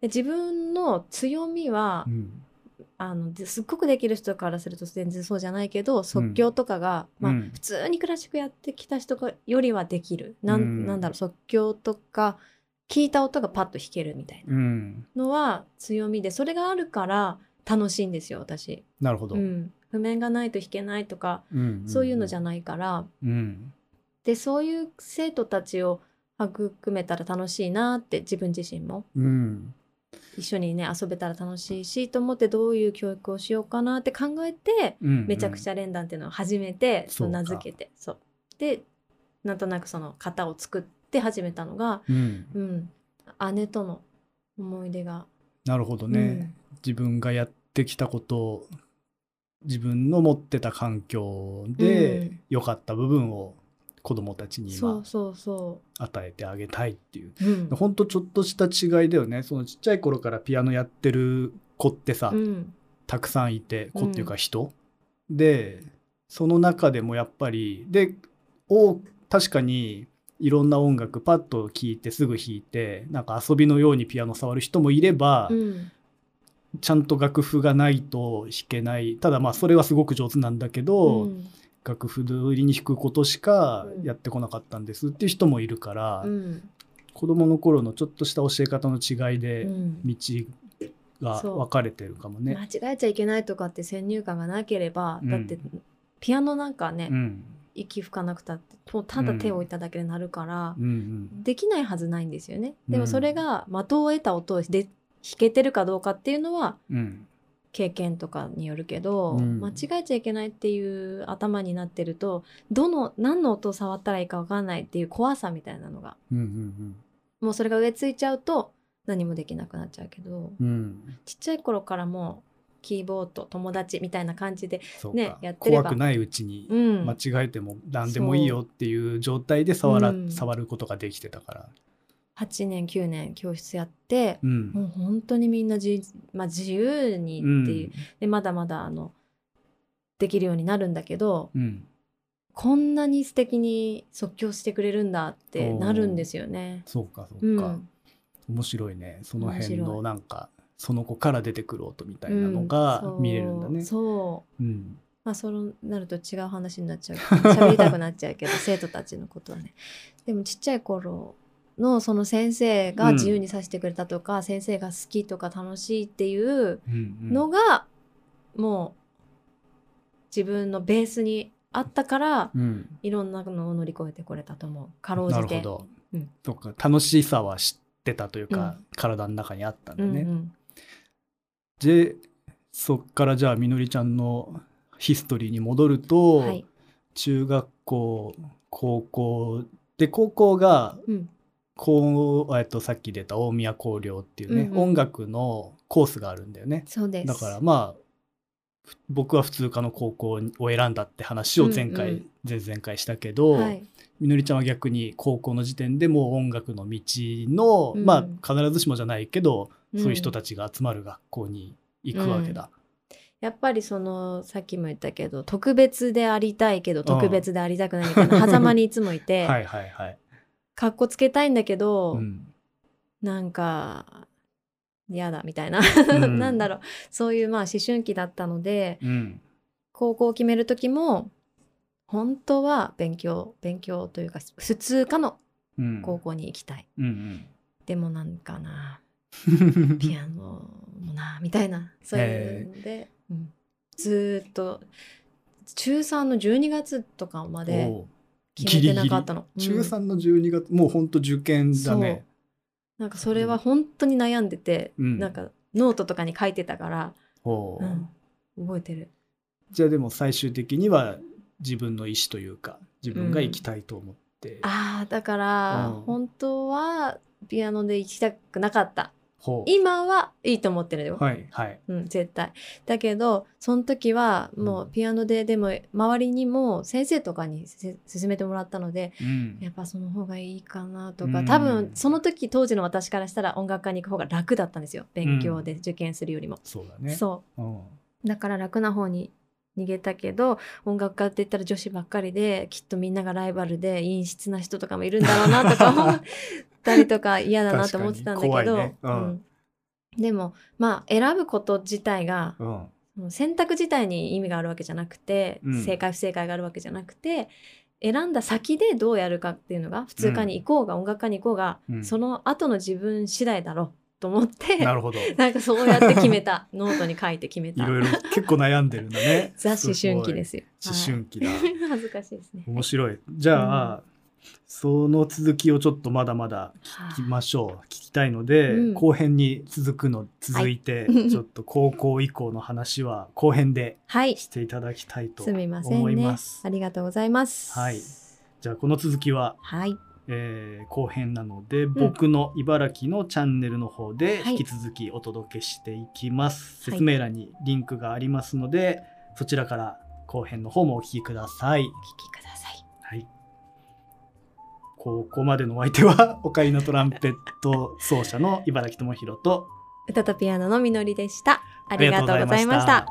S1: で自分の強みは、
S2: うん
S1: あのですっごくできる人からすると全然そうじゃないけど即興とかが、まあ
S2: うん
S1: 普通にクラシックやってきた人よりはできるなん,、
S2: うん
S1: なんだろう即興とか聞いた音がパッと弾けるみたいな
S2: うん、
S1: のは強みでそれがあるから楽しいんですよ私、
S2: なるほど、
S1: うん、譜面がないと弾けないとか、
S2: うん
S1: そういうのじゃ
S2: ん、
S1: ないから
S2: うん、
S1: でそういう生徒たちを育めたら楽しいなって自分自身も
S2: うん、
S1: 一緒にね遊べたら楽しいしと思ってどういう教育をしようかなって考えて
S2: うん
S1: めちゃくち
S2: ゃ、
S1: ゃ連弾っていうのを始めて、
S2: そうか
S1: 名付けてそうでなんとなくその型を作って始めたのが、
S2: うん、
S1: うん、姉との思い出が、
S2: なるほどね、自分がやってきたことを自分の持ってた環境
S1: う
S2: で
S1: ん
S2: 良かった部分を子供たち
S1: うん、
S2: に
S1: そ
S2: 今
S1: うそうそ
S2: 与えてあげたいっていう、
S1: う、うん
S2: ほんとちょっとした違いだよねそのちっちゃい頃からピアノやってる子ってさ、
S1: うん
S2: たくさんいて
S1: うん
S2: 子っていうか人、でその中でもやっぱりでお確かにいろんな音楽パッと聴いてすぐ弾いてなんか遊びのようにピアノ触る人もいれば、
S1: うん
S2: ちゃんと楽譜がないと弾けないただまあそれはすごく上手なんだけど、
S1: うん
S2: 楽譜通りに弾くことしかやってこなかったんですっていう人もいるから、
S1: うん
S2: 子供の頃のちょっとした教え方の違いで
S1: うん
S2: 道が分かれてるかもね。
S1: 間違えちゃいけないとかって先入観がなければ、
S2: うん
S1: だってピアノなんかね、
S2: うん
S1: 息吹かなくたってもうただ手を置いただけで鳴るから
S2: う、ん
S1: できないはずないんですよね。で
S2: う
S1: も
S2: ん
S1: それが的を得た音をで弾けてるかどうかっていうのは
S2: うんうん
S1: 経験とかによるけど、
S2: うん
S1: 間違えちゃいけないっていう頭になってるとどの何の音を触ったらいいかわかんないっていう怖さみたいなのが
S2: うんうん
S1: もうそれが植え付いちゃうと何もできなくなっちゃうけど
S2: うんうん
S1: ちっちゃい頃からもうキーボード友達みたいな感じで
S2: そう
S1: ね
S2: か
S1: やってれば
S2: 怖くないうちに
S1: うん、
S2: 間違えても何でもいいよっていう状態で触ら
S1: うん
S2: 触ることができてたから。
S1: 8年9年教室やって
S2: う
S1: もうん本当にみんな自,、まあ、自由にっていう、でまだまだあのできるようになるんだけど
S2: うんうん
S1: こんなに素敵に即興してくれるんだってなるんですよね。
S2: そうかそううか、
S1: ん、
S2: 面白いねその辺
S1: 面白
S2: の
S1: い
S2: なんかその子から出てくる音みたいなの
S1: う
S2: が
S1: そう
S2: 見れるんだね。
S1: そう
S2: うん
S1: まあそうなると違う話になっちゃう喋りたくなっちゃうけど [laughs] 生徒たちのことはねでもちっちゃい頃のその先生が自由にさせてくれたとか、先生が好きとか楽しいっていう
S2: うんうん
S1: のが、もう自分のベースにあったから、
S2: うん
S1: いろんなのを乗り越えてこれたと思うかろう
S2: な
S1: じ
S2: るほ
S1: て。
S2: ど、
S1: うん
S2: そっか楽しさは知ってたというか、
S1: う
S2: 体の中にあったんだ
S1: うん
S2: ね、
S1: うん
S2: でそっからじゃあみのりちゃんのヒストリーに戻ると、
S1: はい
S2: 中学校高校で高校が
S1: うん
S2: こう、えっと、さっき出た大宮光陵っていうね、
S1: うんうん
S2: 音楽のコースがあるんだよね
S1: そうです
S2: だからまあふ僕は普通科の高校を選んだって話を前回、
S1: うんうん
S2: 前々回したけど、
S1: はい、
S2: みのりちゃんは逆に高校の時点でもう音楽の道の、
S1: うん
S2: まあ必ずしもじゃないけど、そういう人
S1: ち
S2: たちが集まる学校に行くわけだ。
S1: やっぱりそのさっきも言ったけど特別でありたいけど特別でありたくないみたいな狭間にいつもいて、
S2: [laughs] はいはいはい。
S1: かっこつけたいんだけど、
S2: うん
S1: なんか嫌だみたいな、[laughs]
S2: ん
S1: なんだろうそういうまあ思春期だったので
S2: うん
S1: 高校を決める時も本当は勉強勉強というか普通科の
S2: うん
S1: 高校に行きたい、
S2: うん
S1: でもなんかな [laughs]
S2: うん
S1: ピアノもなみたいなそういうので、うんずーっと中3の12月とかまで
S2: おう
S1: 決めてなかったの
S2: ギリギリ
S1: うん
S2: 中3の12月、もうほんと受験だね。
S1: なんかそれは本当に悩んでて、
S2: うん
S1: なんかノートとかに書いてたから、
S2: おう
S1: うん覚えてる
S2: じゃあでも最終的には自分の意思というか自分が行きたいと思って、
S1: あーだから
S2: うん
S1: 本当はピアノで行きたくなかった
S2: ほう
S1: 今はいいと思ってるよ、
S2: はいはい。
S1: うん、絶対だけどその時はもうピアノで、でも周りにも先生とかにせ勧めてもらったので
S2: うん
S1: やっぱその方がいいかなとか、
S2: うん
S1: 多分その時当時の私からしたら音楽家に行く方が楽だったんですよ勉強で受験するよりも、
S2: そうだね。
S1: そ
S2: うん
S1: うだから楽な方に逃げたけど音楽家って言ったら女子ばっかりできっとみんながライバルで陰湿な人とかもいるんだろうなとか思ったりとか嫌だなと思ってたんだけど、
S2: 確かに怖いねうん
S1: うんでもまあ選ぶこと自体が
S2: うん
S1: もう選択自体に意味があるわけじゃなくて、
S2: うん
S1: 正解不正解があるわけじゃなくて選んだ先でどうやるかっていうのが普通科に行こうが、音楽科に行こうが、
S2: うん
S1: その後の自分次第だろうと思って
S2: な
S1: な [laughs]
S2: るほど。
S1: んかそうやって決めた [laughs] ノートに書いて決め
S2: い
S1: た
S2: ろいろ結構悩んでるんだ
S1: [laughs]。
S2: ね
S1: ザ思春期ですすよ
S2: ごい。思春
S1: [laughs]
S2: 期だ。
S1: はい恥ずかしいですね
S2: 面白い。じゃあ、その続きをちょっとまだまだ聞きましょう。聞きたいので、
S1: うん
S2: 後編に続くの続いて、
S1: はい [laughs]
S2: ちょっと高校以降の話は後編で
S1: はい
S2: していただきたいと
S1: すみません
S2: 思い
S1: ね
S2: ます。
S1: ありがとうございます
S2: はいじゃあこの続きは、
S1: はい
S2: えー後編なので、僕の茨城のチャンネルの方で
S1: はい
S2: 引き続きお届けしていきます。
S1: はい
S2: 説明欄にリンクがありますので、そちらから後編の方もお聞きください。
S1: お聞きください
S2: はい。ここまでのお相手は、オカリナトランペット奏者の茨城智弘と、
S1: 歌とピアノのみのりでしたあ
S2: あ
S1: りがとうございました。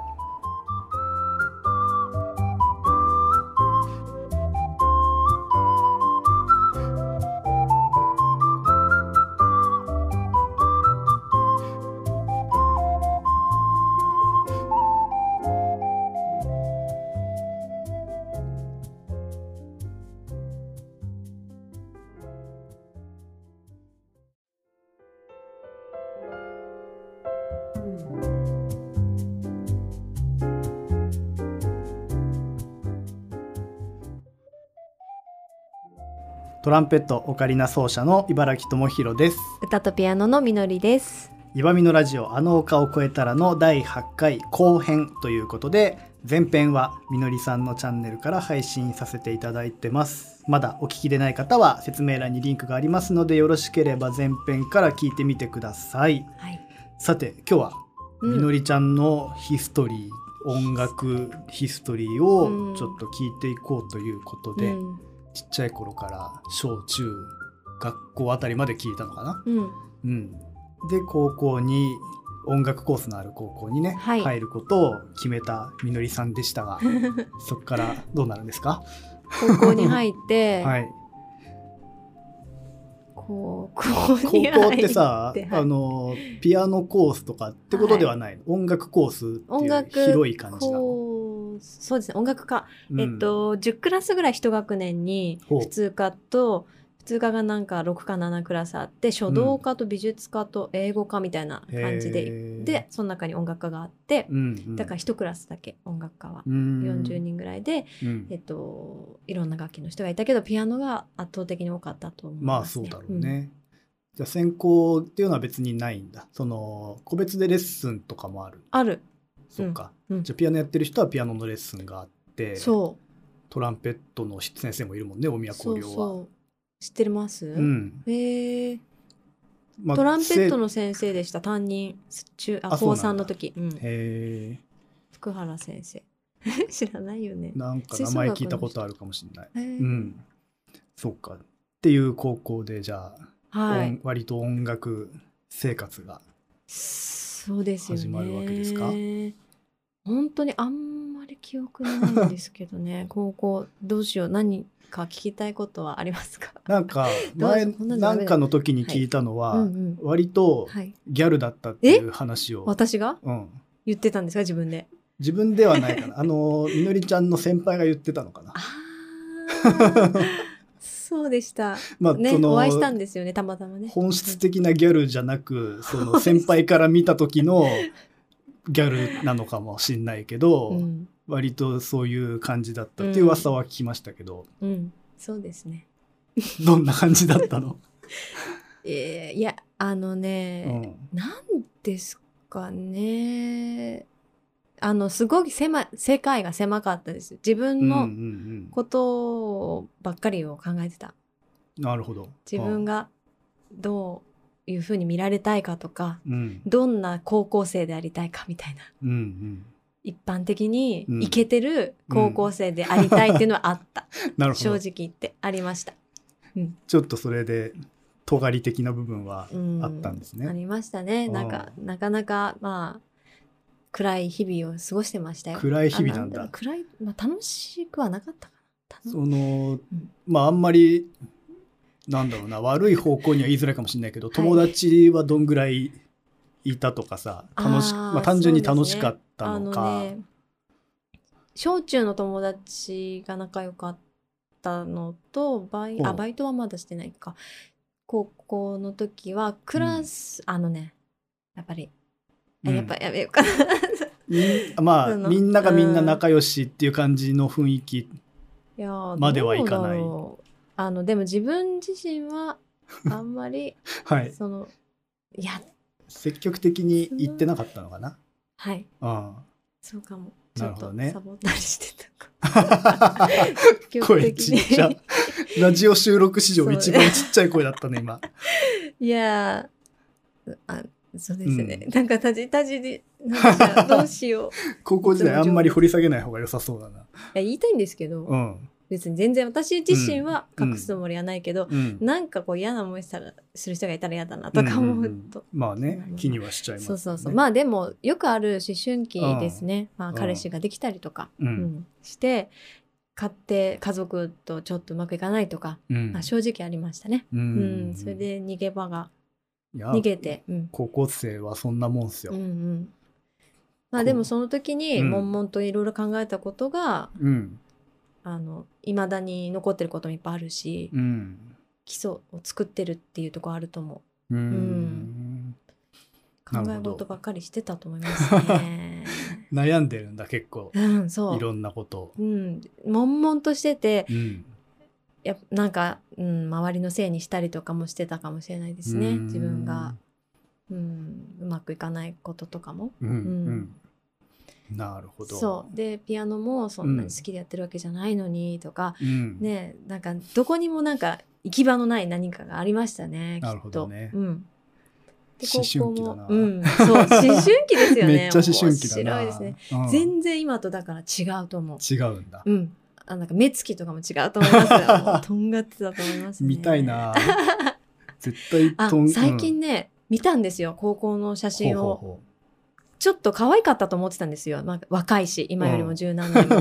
S2: トランペットオカリナ奏者の茨木智弘です。
S1: 歌とピアノのみのりです。
S2: 岩見のラジオあの丘を越えたらの第8回後編ということで前編はみのりさんのチャンネルから配信させていただいてますまだお聞きでない方は説明欄にリンクがありますのでよろしければ前編から聞いてみてください
S1: はい。
S2: さて今日は
S1: うん
S2: みのりちゃんのヒストリー、音楽ヒストリー
S1: う
S2: を
S1: ん
S2: ちょっと聞いていこうということ
S1: う
S2: で、
S1: ん。
S2: ちっちゃい頃から小中学校あたりまで聞いたのかな
S1: うん [laughs]
S2: うん、で高校に音楽コースのある高校にね、
S1: はい
S2: 入ることを決めたみのりさんでし
S1: [laughs]
S2: たがそこからどうなるんですか、
S1: 高校に入って、[laughs]
S2: [laughs] はい、
S1: こう高校
S2: 高
S1: に入
S2: 校ってさ
S1: はい
S2: あのピアノコースとかってことではない、音楽コース
S1: 音
S2: っ
S1: 楽
S2: ていう広い感じだ、
S1: こうそうですね音楽科、
S2: うん
S1: えっと10クラスぐらい一学年に
S2: ほう
S1: 普通科と普通科がなんか6か7クラスあって書道科と美術科と英語科みたいな感じで、
S2: へー
S1: でその中に音楽科があって、
S2: うんうん、
S1: だから1クラスだけ音楽科は
S2: う。ん
S1: 40、人ぐらいで、
S2: うん
S1: えっと、いろんな楽器の人がいたけどピアノが圧倒的に多かったと思い
S2: まあ
S1: ます、
S2: そう
S1: ね。
S2: だろうね、じゃあ専攻っていうのは別にないんだその個別でレッスンとかもある
S1: うん。ある。
S2: そっか、
S1: うん
S2: じゃあピアノやってる人はピアノのレッスンがあって
S1: そう。
S2: トランペットの先生もいるもんねお宮
S1: そ
S2: 光
S1: う
S2: 亮は
S1: そう。知ってます、
S2: ん
S1: へえ
S2: まあ
S1: トランペット
S2: せ
S1: の先生でした担任中あ
S2: あそう
S1: 高
S2: なん
S1: 3
S2: だ
S1: の時、うん、
S2: へえ
S1: 福原先生 [laughs] 知らないよね
S2: なんか名前聞いたことあるかもしれない
S1: へえ
S2: うんそうかっていう高校でじゃあ、
S1: はい
S2: 音割と音楽生活が
S1: そうですよね
S2: 始まるわけですか
S1: 本当にあんまり記憶ないんですけどね [laughs] 高校どうしよう何か聞きたいことはありますか
S2: なんか
S1: [laughs] どう
S2: 前
S1: こんなのダ
S2: な
S1: メだ
S2: んかの時に聞いたのは、
S1: うんうん
S2: 割と
S1: はい
S2: ギャルだったっていう話を、
S1: 私が
S2: うん、
S1: 言ってたんですか自分で
S2: 自分ではない
S1: [laughs]
S2: かなあのみのりちゃんの先輩が言ってたのかな
S1: あー [laughs] そうでした
S2: まあ、
S1: ね
S2: その
S1: お会いしたんですよねたまたまね
S2: 本質的なギャルじゃなくそ
S1: [laughs]
S2: の先輩から見た時のギャルなのかもしんないけど、
S1: うん
S2: 割とそういう感じだったっていう噂は聞きましたけど、
S1: うんそうですね
S2: どんな感じだったの、
S1: えーいやあの
S2: う
S1: ね、
S2: ん
S1: なんですかねあのすごい狭い世界が狭かったです自分
S2: うんう
S1: の
S2: ん
S1: ことばっかりを考えてた
S2: うんなるほど
S1: 自分、がどういうふうに見られたいかとか
S2: うんうん
S1: どんな高校生でありたいかみたいな
S2: うんうん、
S1: 一般的に
S2: うん
S1: イケてる高校生でありたいっていうのはあ
S2: [laughs]
S1: った、
S2: なるほ
S1: 正
S2: ど
S1: 直言ってありました
S2: ちょっとそれで尖り的な部分は
S1: うん
S2: あったんですね、
S1: ありましたねなんかなかなかまあ暗い日々を過ごしてましたよ
S2: 暗い日々なんだ
S1: あ暗い、まあ、楽しくはなかったかな。楽
S2: その
S1: うん
S2: まああんまりなんだろうな悪い方向には言いづらいかもしれないけど、友達はどんぐらいいたとかさ楽し
S1: あー
S2: まあ、単純に
S1: そう
S2: 楽
S1: です
S2: し
S1: ね
S2: かったの
S1: あ
S2: か
S1: ね、小中の友達が仲良かったのとバイ
S2: ほう
S1: あバイトはまだしてないか高校の時はクラス、あのねやっぱり、あ
S2: うん
S1: やっぱやめようかな
S2: みんまあ
S1: その
S2: みんながみんな仲良しっていう感じの雰囲気、
S1: いやー
S2: まではいかな
S1: どうだ
S2: い
S1: ろうあのでも自分自身
S2: [laughs]
S1: はあんまり
S2: はい
S1: そのいや
S2: 積極的に言ってなかったのかな、
S1: はい
S2: うん、 [laughs]
S1: そうかもち
S2: な
S1: ょ
S2: る
S1: っ
S2: ほど
S1: と
S2: ね
S1: サボったりしてたか積
S2: 声ちっちゃラジオ収録史上一番
S1: そう
S2: ちっちゃい声だったね今
S1: [laughs] いやーあそうですね、
S2: うん
S1: なんかたじたじでなんかどうし
S2: [laughs]
S1: ようい
S2: 高校時代あんまり掘り下げない方が良さそうだな
S1: や言いたいんですけど、
S2: うん、
S1: 別に全然私自身は
S2: うん
S1: 隠すつもりはないけど、
S2: うん、
S1: なんかこう嫌な思いしたらする人がいたら嫌だなとか思うと、
S2: んんんまあね気にはしちゃいます、ね、
S1: そうそうそう、まあでもよくある思春期ですね、ま
S2: う
S1: あ、
S2: ん
S1: 彼氏ができたりとか、
S2: うん
S1: うんして買って家族とちょっとうまくいかないとか、
S2: うん
S1: まあ、正直ありましたね、
S2: う
S1: うんんそれで逃げ場が
S2: いや
S1: 逃げて、うん
S2: 高校生はそんなもんっすよ、
S1: う
S2: うん
S1: うんん、ま
S2: こ
S1: あ
S2: う
S1: でもその時に
S2: うん
S1: 悶々といろいろ考えたことが、あの未だに残ってることもいっぱいあるし、
S2: うん
S1: 基礎を作ってるっていうところあると思う
S2: うん
S1: ん考
S2: なる
S1: え
S2: ほど
S1: 事ばっかりしてたと思いますね。
S2: [laughs] 悩んでるんだ結構
S1: うん、そ。
S2: いうろんなことを
S1: うん、悶々としてて
S2: うん
S1: やなんか、うん、周りのせいにしたりとかもしてたかもしれないですね
S2: うん
S1: 自分が、うん、うまくいかないこととかも。
S2: うん
S1: うん
S2: うんなるほど
S1: そうでピアノもそんなに好きでやってるわけじゃないのにとか、
S2: う、ん、
S1: ねなんかどこにもなんか行き場のない何かがありましたねきっと。
S2: なるほどね
S1: うんで
S2: 思春期
S1: 高
S2: だ
S1: 校も
S2: な
S1: うん、そう
S2: [laughs]
S1: 思春期ですよね
S2: めっちゃ思春期だな
S1: 面白いですね、
S2: うん
S1: 全然今とだから違うと思う
S2: 違うんだ、
S1: うん。あなんか目つきとかも違うと思いますよ。
S2: [laughs]
S1: もうとんがってたと思いますね。
S2: 見たいな絶対
S1: あ
S2: とん、
S1: 最近ね、見たんですよ。高校の写真を。
S2: ほうほうほ
S1: ちょっと可愛かったと思ってたんですよ。まあ、若いし、今よりも柔軟年も。
S2: う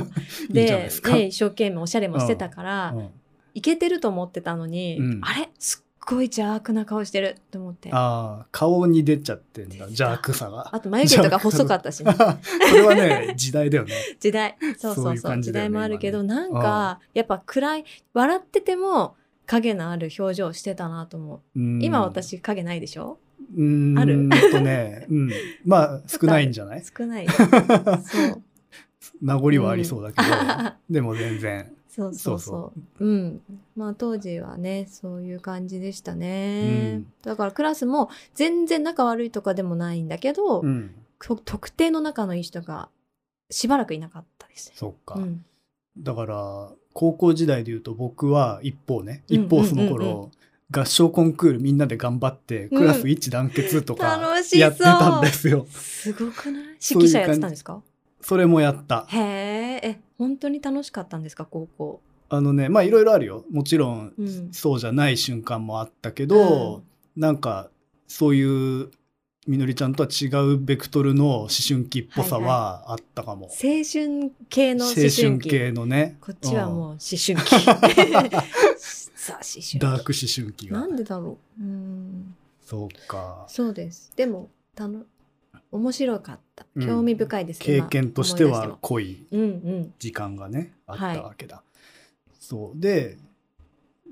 S2: [laughs] いいじゃない
S1: で
S2: ですか、
S1: ね、一生懸命おしゃれもしてたから、
S2: ううん
S1: いけてると思ってたのに、
S2: うん
S1: あれすっごい邪悪な顔してると思って。あ
S2: ああ顔に出ちゃって
S1: [laughs]
S2: んだ邪悪さが
S1: と眉毛とか細かったしね、
S2: それはね時代だよね
S1: [laughs] 時代。そうそう
S2: そう
S1: そ
S2: いう
S1: う。
S2: 感じ
S1: 時
S2: だよね
S1: 代もあるけど、なんか、やっぱ暗い、笑ってても影のある表情してたなと思う。
S2: うん
S1: 今私影ないでしょ
S2: うーん
S1: ある
S2: とね、うん、まあ少ないんじ
S1: [laughs]
S2: ゃない
S1: 少
S2: [laughs]
S1: ないそう
S2: 名残はありそうだけど、 [laughs] でも全然
S1: そうそう
S2: そ
S1: そううんまあ当時はねそういう感じでした
S2: う
S1: ね、
S2: ん
S1: だからクラスも全然仲悪いとかでもないんだけど、
S2: うん
S1: と特定の仲のいい人がしばらくいなかったですね
S2: そっか、
S1: うん
S2: だから高校時代でいうと僕は一方ね
S1: うん
S2: 一方その頃、
S1: うんうん
S2: 合唱コンクールみんなで頑張ってクラス一致団結とか
S1: うん楽しそう
S2: やってたんですよ、
S1: すごくない
S2: そう
S1: 指揮
S2: いう感じ
S1: 者やってたんですか
S2: それもやった
S1: へええ本当に楽しかったんですか高校
S2: あのねまあいろいろあるよもちろん
S1: うん
S2: そうじゃない瞬間もあったけど、なんかそういうみのりちゃんとは違うベクトルの思春期っぽさはあったかも、
S1: 青春系の思
S2: 青春
S1: 春期
S2: 系のね
S1: こっちは
S2: うん
S1: もう思 [laughs] 春期さあ思春期
S2: ダーク思春期が
S1: なんでだろう。うん、
S2: そうか
S1: そうです。でも、たの、面白かった
S2: う。ん
S1: 興味深いです、
S2: 経
S1: 今
S2: 験として
S1: 思い出
S2: は
S1: も
S2: 濃い
S1: うんうん。
S2: 時間がねあった
S1: はい
S2: わけだ、そうで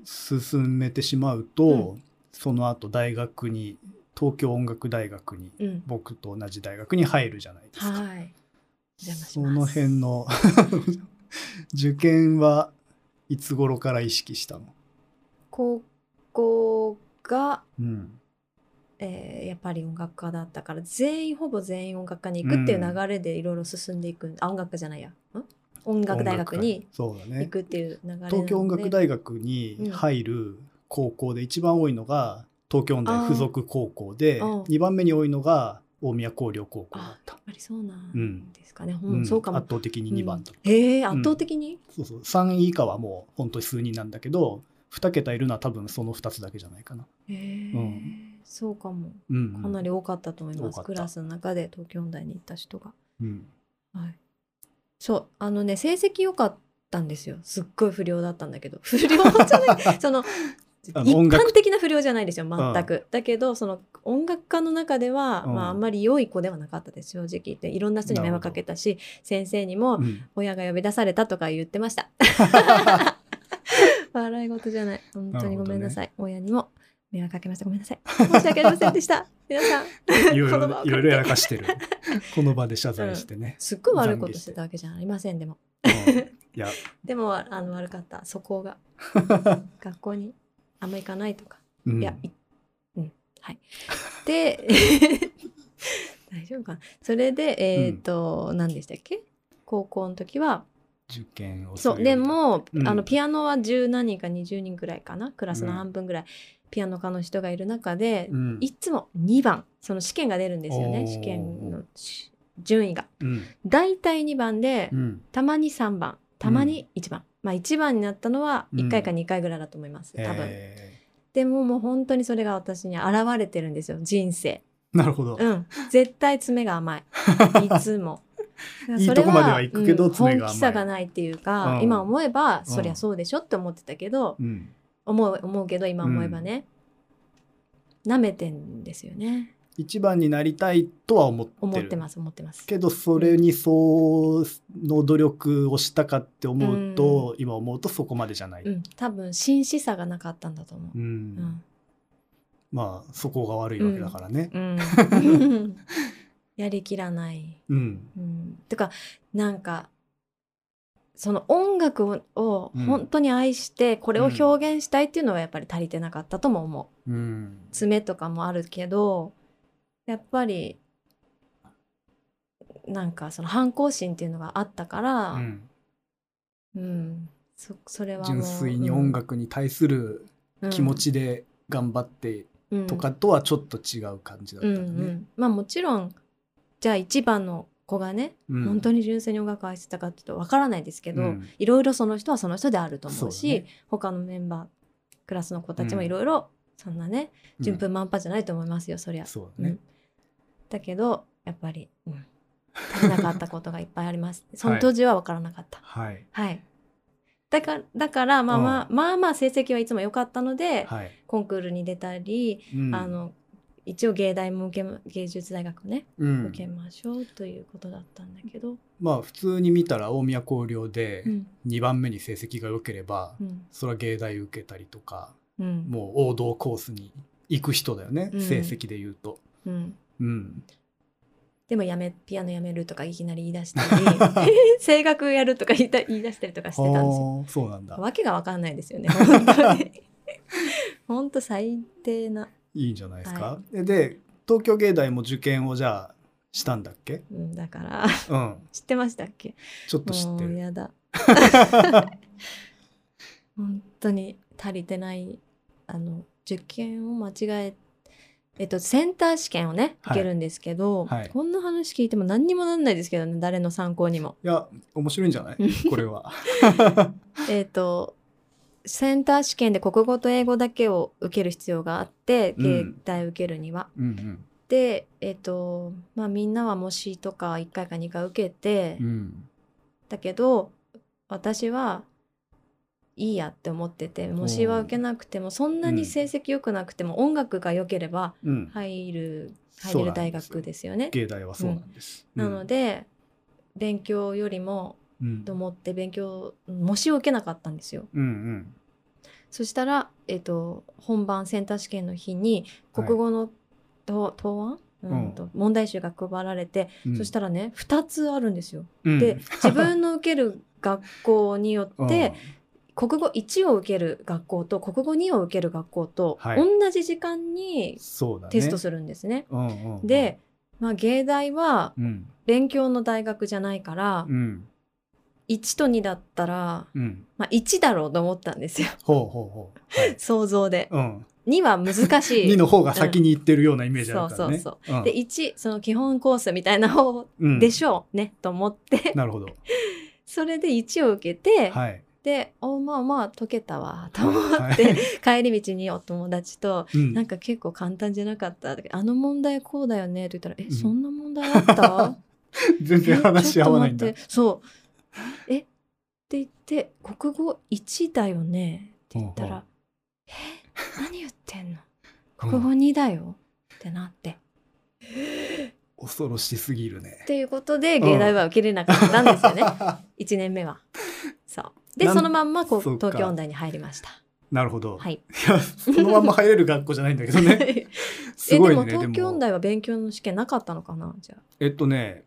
S2: 進めてしまうと、
S1: う
S2: その後大学に東京音楽大学に
S1: うん。
S2: 僕と同じ大学に入るじゃないですか、
S1: はい。邪魔し
S2: そ
S1: ます
S2: の辺の [laughs] 受験はいつ頃から意識したの、
S1: 高校が、
S2: うん、
S1: えーやっぱり音楽家だったから、全員、ほぼ全員音楽家に行くっていう流れでいろいろ進んでいくん。あ、音楽じゃないや。ん音楽大学に
S2: 音楽そうだ
S1: 行
S2: ね
S1: くっていう流れなので。
S2: 東京音楽
S1: 学
S2: 大学に入る高校で一番多いのが東京音大附属高校で
S1: あー
S2: 2番目に多いのが大宮光陵高校だ
S1: あ
S2: っ、
S1: や
S2: た
S1: っ。ぱりそうな
S2: うん
S1: んですかね。
S2: う
S1: うんん、そうかも。
S2: 圧倒的に2番だ、
S1: うんへえ、
S2: ん
S1: 圧倒的に、
S2: そうそう3位以下はもう本当に数人なんだけど2桁いるのは多分その2つだけじゃないかな、
S1: へえ、
S2: うん
S1: そうかも。
S2: うんうん
S1: かなり多かったと思いま
S2: 多か
S1: す、
S2: った
S1: クラスの中で東京音大に行った人が。 [laughs]
S2: うん
S1: はい、そうあのね成績良かったんですよすっごい不良だったんだけど [laughs] 不良じゃ
S2: [laughs]
S1: ないその一
S2: あの音楽
S1: 般的な不良じゃないですよ全く、だけどその音楽家の中では、
S2: うん
S1: まあ、あんまり良い子ではなかったです正直言っていろんな人に迷惑かけたし先生にも
S2: うん
S1: 親が呼び出されたとか言ってました
S2: [laughs]
S1: 笑い事じゃない本当にごめんなさい親にも迷惑かけましたごめんなさい申し訳ありませんでした皆さん
S2: いろい
S1: この場を借り
S2: ろい
S1: て
S2: ろいろやらかし
S1: [laughs]
S2: てるこの場で謝罪してね、
S1: すっごい悪いことしてたわけじゃありませんでも
S2: うんいや
S1: でもあの悪かった素行
S2: [laughs]
S1: が学校にあんま行かないとか、
S2: うん
S1: いやいうんはい
S2: [laughs]
S1: で大丈夫かなそれでえっ、と、何でしたっけ高校の時は
S2: 受験をする
S1: そうでも、
S2: うん
S1: あのピアノは十何人か20人くらいかなクラスの
S2: うん
S1: 半分ぐらい、ピアノ科の人がいる中で、
S2: うん
S1: いつも2番その試験が出るんですよ
S2: おー
S1: ね試験のし順位が
S2: うん
S1: 大体2番で、
S2: うん
S1: たまに3番たまに1番、まあ1番になったのは
S2: うん
S1: 1回か2回ぐらいだと思います、多分、
S2: え
S1: でももう本当にそれが私に現れてるんですよ人生
S2: ーなるほど、
S1: うん絶対爪が
S2: [laughs]
S1: 甘いいつも
S2: いいとこまでは行くけど
S1: それは
S2: 爪が甘い
S1: 本気さがないっていうか、
S2: うん
S1: 今思えば、そりゃそうでしょって思ってたけど
S2: うん
S1: 思う思うけど今思えばね、舐めてんですよね
S2: 一番になりたいとは思ってる
S1: 思ってます思ってます
S2: けどそれにその努力をしたかって思うと、今思うとそこまでじゃない、
S1: うん多分紳士さがなかったんだと思
S2: う
S1: う、
S2: ん
S1: うん
S2: まあそこが悪いわけだからね
S1: うんやりきらない。
S2: うん、
S1: うん、てかなんかその音楽をを
S2: うん
S1: 本当に愛してこれを表現したいっていうのはやっぱり足りてなかったとも思う。
S2: うん
S1: 爪とかもあるけどやっぱりなんかその反抗心っていうのがあったから、
S2: う
S1: うん
S2: ん
S1: そそれはもう
S2: 純粋に音楽に対する気持ちで頑張ってとかとはちょっと違う感じだった
S1: うん
S2: の
S1: うんう
S2: ね。
S1: んまあもちろんじゃあ一番の子がね、
S2: うん
S1: 本当に純粋に音楽を愛してたかっていうとわからないですけど、
S2: うん
S1: いろいろその人はその人であると思う
S2: そう
S1: し
S2: だ
S1: 他のメンバークラスの子たち
S2: う
S1: も
S2: ん
S1: いろいろそんなね、順風満帆じゃないと思いますよそり
S2: う
S1: ゃ
S2: ん。そうだね。
S1: だけどやっぱり、うん、足りなかったことがいっぱいあります。そ
S2: [laughs] は
S1: の
S2: い
S1: 当時は分からなかった。
S2: はい
S1: はい。だからだからまあまあ、まあまあ成績はいつも良かったので、
S2: はい。
S1: コンクールに出たり、
S2: うん
S1: あの一応芸大も受けま芸術大学ね、
S2: うん
S1: 受けましょうということだったんだけど、
S2: まあ普通に見たら大宮光陵で
S1: うん
S2: 2番目に成績が良ければ、
S1: うん
S2: それは芸大受けたりとか
S1: うん
S2: もう王道コースに行く人だよね、
S1: うん
S2: 成績で言うと。
S1: うん、
S2: うん、
S1: でもやめピアノやめるとかいきなり言い出したり [laughs] 声楽やるとか言いた言い出したりとかしてたんですよ。
S2: はあそうなんだ。
S1: わけがわかんない
S2: [laughs]
S1: ですよね。本当に。 [laughs] 本当最低な、
S2: いいんじゃないですか。
S1: は
S2: えで東京芸大も受験をじゃあしたんだっけ
S1: うん、だから、 [laughs]
S2: うん
S1: 知ってましたっけ。
S2: ちょっと知っ
S1: も
S2: て
S1: う
S2: る。
S1: や
S2: [laughs]
S1: だ。本当に足りてない、あの受験を間違え。えっと、センター試験をね、受
S2: はい
S1: けるんですけど、
S2: はい
S1: こんな話聞いても何にもなんないですけどね、誰の参考にも。
S2: いや面白いんじゃないこれ
S1: [laughs]
S2: は。
S1: えっと、センター試験で国語と英語だけを受ける必要があって、
S2: うん
S1: 芸大受けるには。
S2: うん
S1: でえっ、とまあみんなは模試とか1回か2回受けて、
S2: うんうん
S1: だけど私はいいやって思ってて模試は受けなくてもそんなに成績良くなくても、音楽が良ければ
S2: うん
S1: 入る入
S2: そう
S1: れ
S2: な
S1: る
S2: んですよ
S1: 大学ですよね。
S2: 芸大はそうなんです。
S1: なので勉強よりも
S2: うん、うん
S1: と思って勉強模試を受けなかったんですよ。
S2: うんうん
S1: そしたら、えっと本番センター試験の日に
S2: はい
S1: 国語のと答案、うんと問題集が配られて
S2: うん、
S1: そしたらね2つあるんですよ。
S2: うん
S1: で自分の受ける学校によ
S2: [laughs]
S1: って、国語1を受ける学校と国語2を受ける学校と
S2: はい
S1: 同じ時間に
S2: うんそうだね、
S1: テストす
S2: る。
S1: るんですね。
S2: うんうんうん、
S1: で、まあ、芸大は
S2: うん
S1: 勉強の大学じゃないから
S2: うん
S1: 1と2だったら、
S2: うん、
S1: まあ、1だろうと思ったんです
S2: [laughs]
S1: よ
S2: ほうほうほう。
S1: [laughs]
S2: はい
S1: 想像で。
S2: うん、
S1: 2は難
S2: [laughs]
S1: し
S2: 2
S1: い。
S2: の方が先に行ってるようなイメージあるからね。
S1: そう
S2: そう
S1: で1その基本コースみたいな方
S2: ん、
S1: でしょうね、と思って
S2: うん。なるほど。
S1: それで1を受けて、
S2: はい。
S1: でおまあまあ解けたわと思って、
S2: はい
S1: 帰り道にお友達と
S2: う
S1: 「なん
S2: ん、
S1: か結構簡単じゃなかった」とかあの問題こうだよね」って言ったら「え
S2: うん
S1: そんな問題あった?
S2: [laughs] 全
S1: え」
S2: 然話し合わないん
S1: ちょ
S2: だ
S1: っと待っ。てそう「えっ?」て言って「国語1だよね」って言った
S2: ほう
S1: ら「え何言ってんの国語2だよ」ってなって。
S2: 恐ろしすぎるね。
S1: っていうことで芸大は受けれなかったんですよね、1年目は。そうで
S2: なん
S1: そのまんまこう
S2: そうか
S1: 東京音大に入りました。
S2: [laughs] なるほど。、
S1: はいい
S2: やそのまんま入れる学校じゃないんだけど [laughs] ね。
S1: [laughs]
S2: す
S1: え
S2: ご
S1: で
S2: い
S1: も
S2: ね。
S1: 東京音大は勉強の試験なかったのかなじゃあ。
S2: えっとね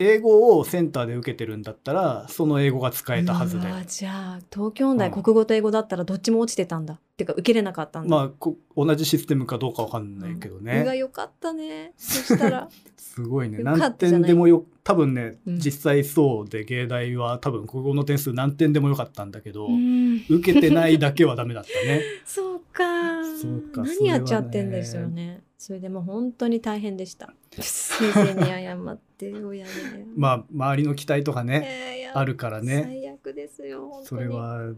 S2: 英語をセンターで受けてるんだったらその英語が使えたはずで
S1: うわじゃあ東京音大
S2: うん
S1: 国語と英語だったらどっちも落ちてたんだ、っていうか受けれなかったんだ。
S2: まあこ同じシステムかどうかわかんないけど
S1: うんうわ
S2: ね、
S1: よかったね。そした
S2: [laughs]
S1: ら
S2: すごいね
S1: よかった
S2: 何点でもよ多分ね、
S1: うん
S2: 実際そうで芸大は多分国語の点数何点でもよかったんだけど、
S1: うん
S2: 受けてないだけはダメだったね
S1: そうか
S2: そうか
S1: 何やっちゃってんですよね。それでもう本当に大 [laughs] 変でした。先生に謝って親に謝って。
S2: [laughs] まあ周りの期待とかね、
S1: えーや
S2: あるからね
S1: 最悪ですよ本当に
S2: それは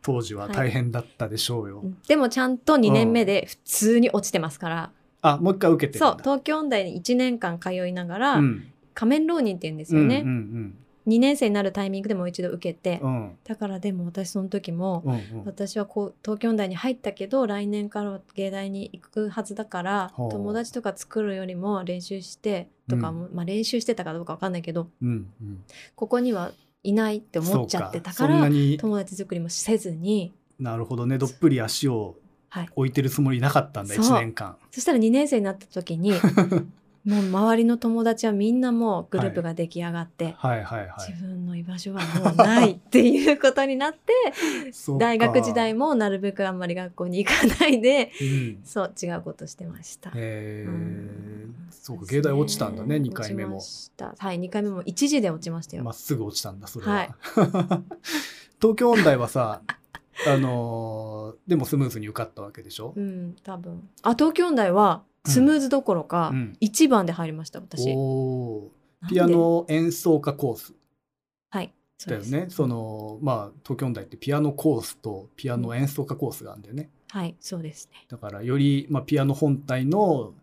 S2: 当時は大変だったでしょうよ、
S1: うんでもちゃんと2年目で普通に落ちてますから、
S2: あもう一回受けてる
S1: そうん
S2: だ
S1: 東京音大に1年間通いながら、
S2: うん
S1: 仮面浪人って言うんですよね、
S2: うんうん
S1: 2年生になるタイミングでもう一度受けて、
S2: うんうん
S1: だからでも私その時も、
S2: うんうん
S1: 私はこう東京音大に入ったけど来年から芸大に行くはずだから
S2: ほう
S1: 友達とか作るよりも練習してとかも、まあ、練習してたかどうかわかんないけど
S2: うんうん
S1: ここにはいないって思っちゃってたか
S2: そうそん
S1: ら
S2: なに
S1: 友達作りもせずに、
S2: なるほどねどっぷり足を
S1: はい、
S2: 置いてるつもりなかったんだ
S1: そう
S2: 1年間 [laughs]
S1: そしたら2年生になった時にもう周りの友達はみんなもうグループが出来上がって、
S2: はいはいは
S1: 自
S2: い。
S1: 分の居場所はもうないっていうことになって
S2: [laughs] そうか
S1: 大学時代もなるべくあんまり学校に行かない
S2: [laughs]
S1: で
S2: うん
S1: そう違うことしてました。
S2: えー
S1: うん
S2: そうか、
S1: ですね
S2: 芸大落ちたんだね、2回目
S1: 落ち
S2: も
S1: ま。したはい2回目も一時で落ちましたよ。
S2: まっすぐ落ちたんだ、それは。
S1: はい
S2: [laughs] 東京音大はさ、 [laughs] あのーでもスムーズに受かったわけでしょ
S1: う。ん多分あ東京音大はスムーズどころか
S2: うん
S1: 一番で入りました私。
S2: おー
S1: なんで
S2: ピアノ演奏家コース
S1: はいそ
S2: だ
S1: う
S2: よ
S1: です
S2: ね。そのまあ東京音大ってピアノコースとピアノ演奏家コースがあるんだよね。
S1: はいそうですね。
S2: だからより、まあ、ピアノ本体の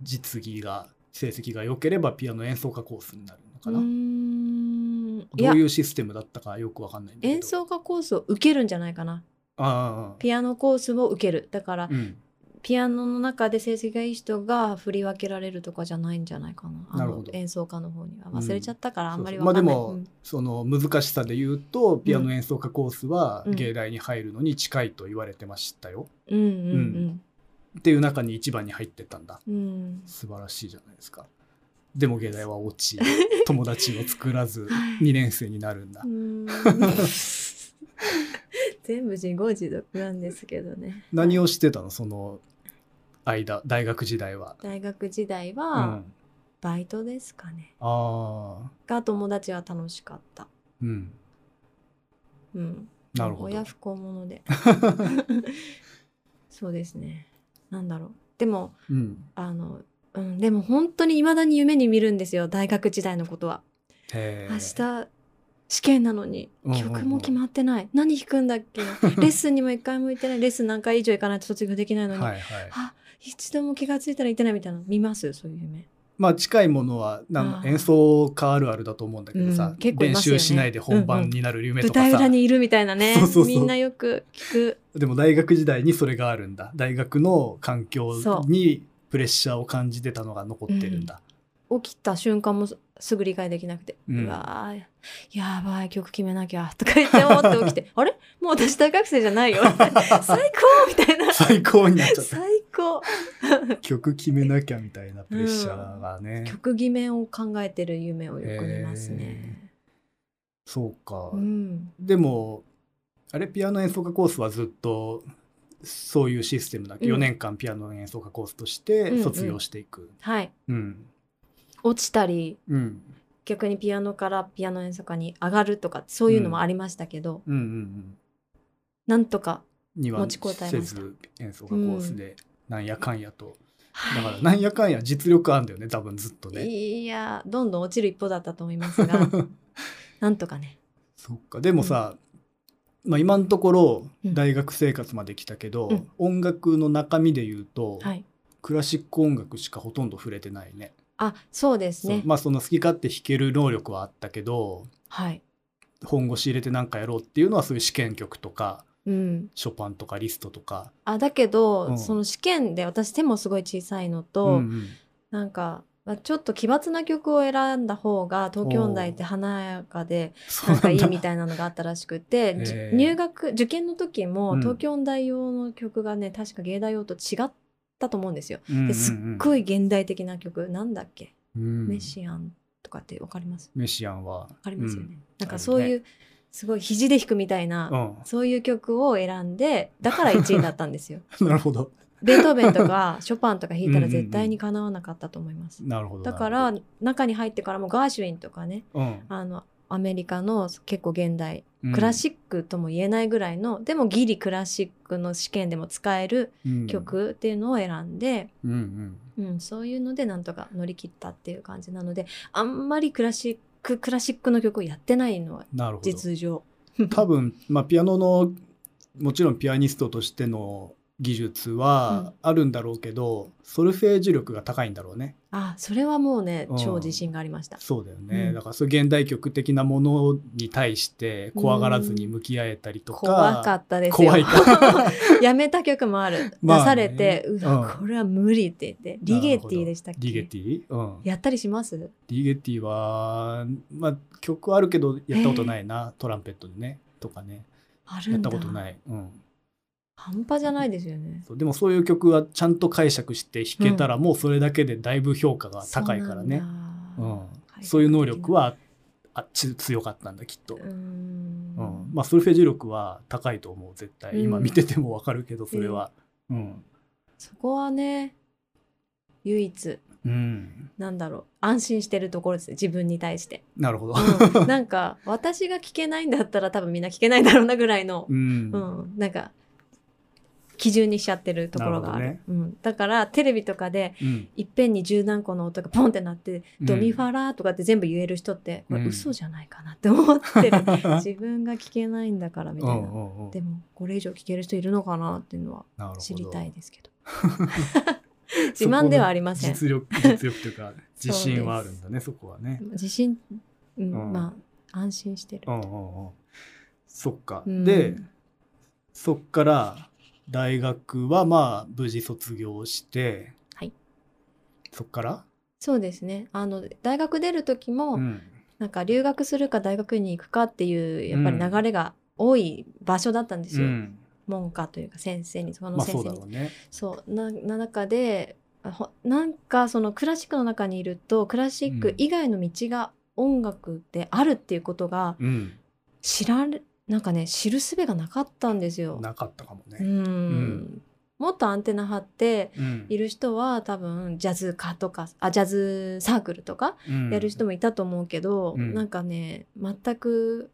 S2: 実技が成績が良ければピアノ演奏家コースになるのかな。
S1: うーんい
S2: ど
S1: や
S2: ういうシステムだったかよくわかんないんだけど。
S1: 演奏家コースを受けるんじゃないかな
S2: ああ
S1: ピアノコースを受けるだから、
S2: うん、
S1: ピアノの中で成績がいい人が振り分けられるとかじゃないんじゃないかなあの
S2: なるほど
S1: 演奏家の方には
S2: うん
S1: 忘れちゃったからあんまり
S2: そうそ
S1: わか
S2: うまあで
S1: んない、
S2: も、
S1: うん
S2: その難しさで言うとピアノ演奏家コースは
S1: うん
S2: 芸大に入るのに近いと言われてましたよ、
S1: うんうん
S2: っていう中に一番に入ってたんだ
S1: うんうん
S2: 素晴らしいじゃないですかでも芸大は落
S1: [laughs]
S2: ち友達を作らず
S1: はい
S2: 2年生になるんだ
S1: う、ん全部自業自得なんですけどね
S2: 何をしてたのその間大学時代は、
S1: 大学時代
S2: う
S1: は
S2: ん、
S1: バイトですかね、
S2: ああ
S1: が友達は楽しかった
S2: うん
S1: うん
S2: なるほど
S1: 親不孝者で [laughs] そうですねなんだろうでも
S2: うん
S1: あの、うん、でも本当に未だに夢に見るんですよ大学時代のことは、
S2: へー
S1: 明日試験なのに
S2: うんうんうん
S1: 曲も決まってない、何弾くんだっ
S2: [laughs]
S1: けレッスンにも一回も行ってないレッスン何回以上行かないと卒業できないのに、
S2: はいはい
S1: あ一度も気がついたら行ってないみたいなの見ますそういう夢
S2: まあ近いものはなん
S1: あー
S2: 演奏家あるあるだと思うんだけどさ、
S1: うん結構い
S2: 練
S1: ますよね
S2: 習しないで本番になる夢
S1: 舞
S2: とかさ、
S1: 台裏にいるみたいなね
S2: [laughs] そうそうそう
S1: みんなよく聞く
S2: でも大学時代にそれがあるんだ大学の環境
S1: そ
S2: にプレッシャーを感じてたのが残ってるんだ、
S1: 起きた瞬間もすすぐ理解できなくて、
S2: う
S1: うんわーやばい曲決めなきゃとか言って思って起きて
S2: [laughs]
S1: あれもう私大学生じゃないよ最高みたいな
S2: 最高になっちゃった
S1: 最高
S2: 曲決めなきゃみたいなプレッシャーがね、
S1: 曲決めを考えてる夢をよく見ますね、
S2: そうか、
S1: うん
S2: でもあれピアノ演奏家コースはずっとそういうシステムだっけ、
S1: うん
S2: 4年間ピアノ演奏家コースとし
S1: うんう
S2: て
S1: ん
S2: 卒業していく
S1: はい
S2: うん
S1: 落ちたり
S2: うんうん
S1: 逆にピアノからピアノ演奏家に上がるとかそういうのもありましたけど、
S2: うんうん
S1: なんとか、
S2: には
S1: 持ちこたえ
S2: せ
S1: ました
S2: ず演奏がコースでなんやかんやと、だから
S1: は
S2: なんやかんや実力あんだよね多分ずっとね。
S1: い、いやどんどん落ちる一方だったと思います
S2: [laughs]
S1: がなんとかね
S2: そっかでもさ、まあ、今のところ
S1: うん
S2: 大学生活まで来たけど、
S1: うん
S2: 音楽の中身で言うと、
S1: はい
S2: クラシック音楽しかほとんど触れてないね。
S1: あそうです
S2: そう
S1: ね
S2: まあその好き勝手弾ける能力はあったけど
S1: はい
S2: 本腰入れてなんかやろうっていうのはそういう試験曲とか
S1: うん、
S2: ショパンとかリストとか。
S1: あだけど、
S2: うん
S1: その試験で私手もすごい小さいのと、
S2: うんうん
S1: なんか、まあ、ちょっと奇抜な曲を選んだ方が東京音大って華やかで
S2: そ
S1: なん
S2: うな
S1: か
S2: ん
S1: いい
S2: だ
S1: みたいなのがあったらしくてじ
S2: [laughs] へえ
S1: 入学受験の時
S2: う
S1: も
S2: ん
S1: 東京音大用の曲がね確か芸大用と違ったと思うんですよ。
S2: うんうんうん
S1: ですっごい現代的な曲なんだっけ、
S2: うん
S1: メシアンとかってわかります
S2: メシアンは。
S1: わかりますよね。
S2: うん
S1: なんかそういう、すごい肘で弾くみたいな、
S2: うん
S1: そういう曲を選んでだから1位だったんですよ。
S2: [laughs] なるほど。
S1: ベートーベンと
S2: [laughs]
S1: かショパンとか弾いたら絶対にかなわなかったと思います。
S2: なるほど。
S1: だか
S2: な
S1: ら
S2: る
S1: 中に入ってからもガーシュウィンとかね
S2: ほど、うん
S1: あのアメリカの結構現代
S2: うん
S1: クラシックとも言えないぐらいの、でもギリクラシックの試験でも使える曲っていうのを選んで、
S2: うんうん
S1: うんそういうのでなんとか乗り切ったっていう感じなのであんまりクラシッククラシックの曲をやってないのは
S2: なるほど
S1: 実情。
S2: 多分、まあ、ピアノのもちろんピアニストとしての技術はあるんだろうけど、ソルフェージュ力が高いんだろうね
S1: あそれはもうね
S2: うん
S1: 超自信がありました。
S2: そうだよね、
S1: うん
S2: だからそういう現代曲的なものに対して怖がらずに向き合えたりとか
S1: 怖かったですよ。
S2: 怖い
S1: [laughs] やめた曲もある。
S2: まあね
S1: 出されて、うわ
S2: うん
S1: これは無理って言って、リゲティでしたっけ
S2: リゲティ、うん、
S1: やったりします
S2: リゲティは、まあ、曲はあるけどやったことないな、トランペットでねとかね
S1: ある
S2: やっ
S1: ん
S2: た
S1: だ。
S2: ことない、うん、
S1: 半端じゃないですよね。
S2: そうでもそういう曲はちゃんと解釈して弾けたら、もうそれだけでだいぶ評価が高いからね。
S1: そう
S2: う
S1: なん
S2: ん
S1: だ。
S2: そういう能力はあち強かったんだきっと。
S1: うー
S2: うんん、まあソルフェージュ力は高いと思う絶対、
S1: うん
S2: 今見ててもわかるけどそれは、うん
S1: そこはね唯一
S2: うん、
S1: なんだろう安心してるところですね自分に対して、
S2: なるほど、 [laughs]
S1: うんなんか私が聞けないんだったら多分みんな聞けないだろうなぐらいの
S2: う、ん
S1: うん、なんか基準にしちゃってるところがある
S2: なる
S1: うん、だからテレビとかで
S2: うん
S1: いっぺんに十何個の音がポンってなって、
S2: うん
S1: ドミファラとかって全部言える人ってこ
S2: う
S1: れ
S2: ん
S1: 嘘じゃないかなって思って
S2: [laughs]
S1: る [laughs] 自分が聞けないんだからみ
S2: う
S1: たい
S2: んう
S1: なん
S2: うん
S1: でもこれ以上聞ける人いるのかなっていうのは
S2: なるほど
S1: 知りたいです
S2: [laughs]
S1: けど自慢ではありません
S2: そこ
S1: [laughs]
S2: の実力実力というか
S1: す
S2: 自信はあるんだねそこはね、
S1: [laughs] 自信、うん
S2: うん
S1: まあ安心してる
S2: う、んうんうん、そっか、
S1: うん
S2: でそっから大学はまあ無事卒業して、
S1: はい、
S2: そっから、
S1: そうですねあの大学出る時も、
S2: うん
S1: なんか留学するか大学院に行くかっていうやっぱり流れが多い場所だったんです
S2: う
S1: よ、
S2: ん、
S1: 門下というか先生にその
S2: まあ
S1: 先
S2: そ
S1: 生
S2: う
S1: に、
S2: だろうね
S1: そうなな中であほなんかそのクラシックの中にいるとクラシック以外の道が音楽であるっていうことが
S2: うん
S1: 知られなんかね知る術がなかったんですよ。
S2: なかったかも
S1: う
S2: ね、
S1: ん
S2: ん
S1: もっとアンテナ張って
S2: うん
S1: いる人は多分ジャズ科とかあジャズサークルとかやる人
S2: も、
S1: もいたと思うけど、
S2: うん
S1: なんかね全く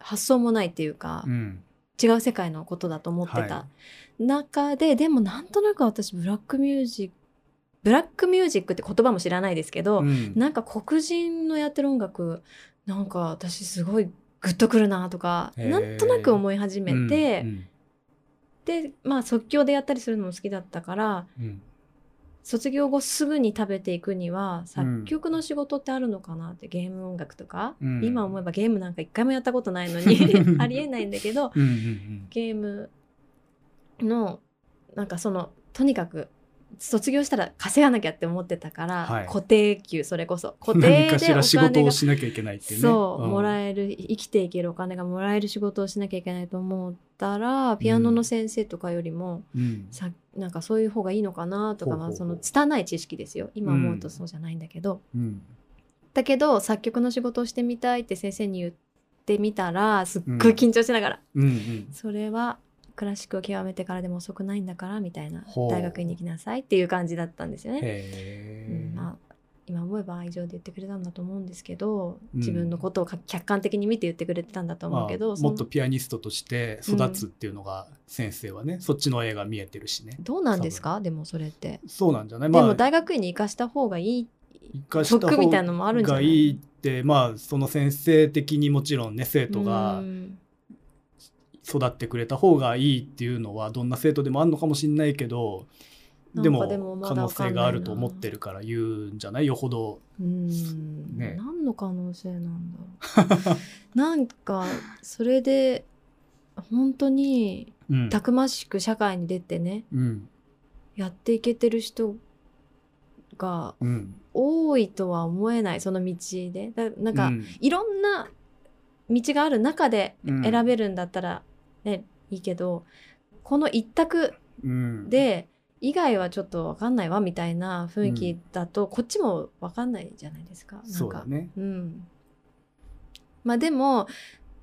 S1: 発想もないっていうか、
S2: うん
S1: 違う世界のことだと思って
S2: は
S1: た中で、でもなんとなく私ブラックミュージックブラックミュージックって言葉も知らないですけど、
S2: うん
S1: なんか黒人のやってる音楽なんか私すごいグッとくるなとか
S2: へー
S1: なんとなく思い始めて、
S2: うん
S1: でまあ即興でやったりするのも好きだったから
S2: うん
S1: 卒業後すぐに食べていくには作曲の仕事ってあるのかなって、ゲーム音楽とか、
S2: うん
S1: 今思えばゲームなんか一回もやったことないの
S2: [laughs]
S1: に [laughs] ありえないんだけど
S2: うんうん
S1: ゲームのなんかそのとにかく卒業したら稼がなきゃって思ってたから、
S2: はい
S1: 固定給それこそ
S2: うん
S1: 固
S2: 何
S1: 定
S2: かし
S1: でお
S2: ら仕事
S1: 金
S2: を
S1: が
S2: しなきゃいけないっていうね
S1: そう、も
S2: え
S1: らえる生きていけるお金がもらえる仕事をしなきゃいけないと思ったらピアノの先生とかよりも、
S2: うん
S1: さなんかそういう方がいいのかなとか
S2: ほうほう
S1: ま
S2: ほ
S1: あ
S2: う
S1: その拙い知識ですよ今思うとそうじゃないんだけど、
S2: うん
S1: だけど作曲の仕事をしてみたいって先生に言ってみたらすっごい緊張しながら、
S2: うんうん
S1: それはクラシックを極めてからでも遅くないんだからみたいな
S2: ほう
S1: 大学院に行きなさいっていう感じだったんですよね。
S2: へ
S1: う
S2: え
S1: んまあ、今思えば愛情で言ってくれたんだと思うんですけど
S2: うん
S1: 自分のことをか客観的に見て言ってくれてたんだと思うけど、
S2: まあ
S1: その
S2: もっとピアニストとして育つっていうのが先生はね、そっちの絵が見えてるしね
S1: どうなんですかでもそれって。
S2: そうなんじゃない
S1: で
S2: ま
S1: も
S2: あ
S1: 大学院に行かした方がいい
S2: 生かした
S1: 得み
S2: 方
S1: たいのもあるんじゃな
S2: が
S1: い
S2: いいってまあその先生的にもちろんね生徒が
S1: うん
S2: 育ってくれた方がいいっていうのはどんな生徒でもあるのかもしれないけどで
S1: なんかでも
S2: も
S1: ま
S2: 可
S1: だ
S2: 能
S1: わかんな
S2: 性
S1: いな
S2: があると思ってるから言うんじゃないよほど
S1: うーん、
S2: ね
S1: 何の可能性なんだろ
S2: [laughs]
S1: うなんかそれで本当に
S2: うん
S1: たくましく社会に出てね
S2: うん
S1: やっていけてる人が
S2: うん
S1: 多いとは思えないその道でだなんか、
S2: うん
S1: いろんな道がある中で
S2: うん
S1: 選べるんだったらね、いいけどこの一択
S2: うん
S1: で以外はちょっと分かんないわみたいな雰囲気だと、こっちも分かんないじゃないですか。なんか
S2: そうだね
S1: うん、まあでも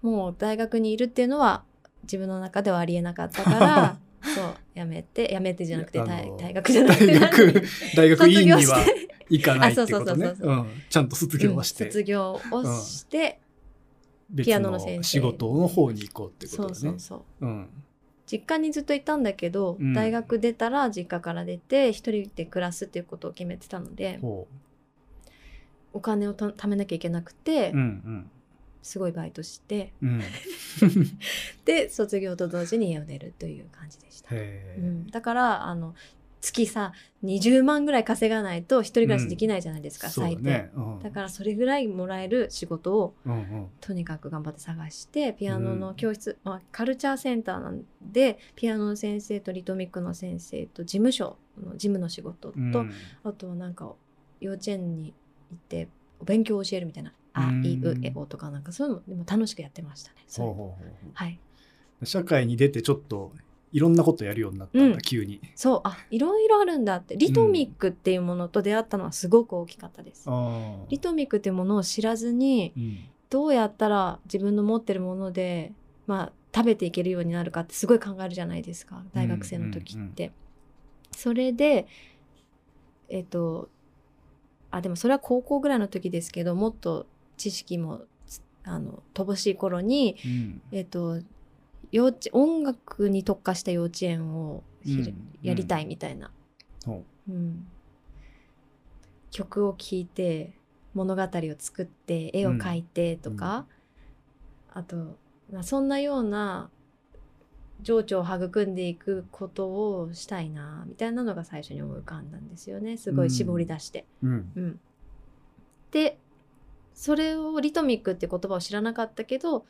S1: もう大学にいるっていうのは自分の中ではありえなかったから
S2: [laughs]
S1: そうやめてやめてじゃなくて
S2: あの
S1: 大大学じゃなく
S2: 大
S1: て [laughs]
S2: 学 [laughs] 大学
S1: 卒
S2: 院に
S1: 業
S2: は
S1: して
S2: 行かないってことね
S1: あそうそうそうそう
S2: うんちゃんと卒業はして、
S1: うん卒業をして、
S2: 別
S1: ピアノの先生
S2: 仕事の方に行こうってこ
S1: そ
S2: と
S1: う
S2: だ
S1: そ
S2: ね
S1: うそう
S2: うん
S1: 実家にずっといたんだけど、
S2: うん
S1: 大学出たら実家から出て一人で暮らすっていうことを決めてたので
S2: ほ
S1: お金をた貯めなきゃいけなくて、
S2: ううん
S1: すごいバイトして
S2: うんうんへ
S1: で卒業と同時に家を出るという感じでした。う
S2: え
S1: ん、だからあの月さ20万ぐらい稼がないと一人暮らしできないじゃないですか、
S2: そう
S1: 最
S2: だ
S1: 低
S2: ねうん
S1: だからそれぐらいもらえる仕事を
S2: うんうん
S1: とにかく頑張って探してピアノの教室、まあ、カルチャーセンターなんでピアノの先生とリトミックの先生と事務所の事務の仕事と、
S2: うん
S1: あとはなんか幼稚園に行ってお勉強を教えるみたいな「あ
S2: うん
S1: いうえお」とかなんかそういうのもでも楽しくやってましたね。そ
S2: ほう
S1: れ
S2: ほうほうほ
S1: はいう
S2: 社会に出てちょっといろんなことやるようになったんだ、
S1: うん
S2: 急に。
S1: そうあいろいろあるんだってリトミックっていうものと出会ったのはすごく大きかったです、
S2: あ
S1: リ
S2: ー
S1: トミックっていうものを知らずに
S2: うん
S1: どうやったら自分の持ってるもので、まあ、食べていけるようになるかってすごい考えるじゃないですか大学生の時って。
S2: うんうん
S1: それでえっ、とあでもそれは高校ぐらいの時ですけどもっと知識もつあの乏しい頃に、
S2: うん
S1: えっと幼稚音楽に特化した幼稚園をひれ
S2: うん
S1: やりたいみたいな、
S2: そう
S1: うん曲を聴いて物語を作って絵を描いてとか、あと、まあ、そんなような情緒を育んでいくことをしたいなみたいなのが最初に思い浮かんだんですよねすごい絞り出して。
S2: うん
S1: うん、でそれをリトミックって言葉を知らなかったけど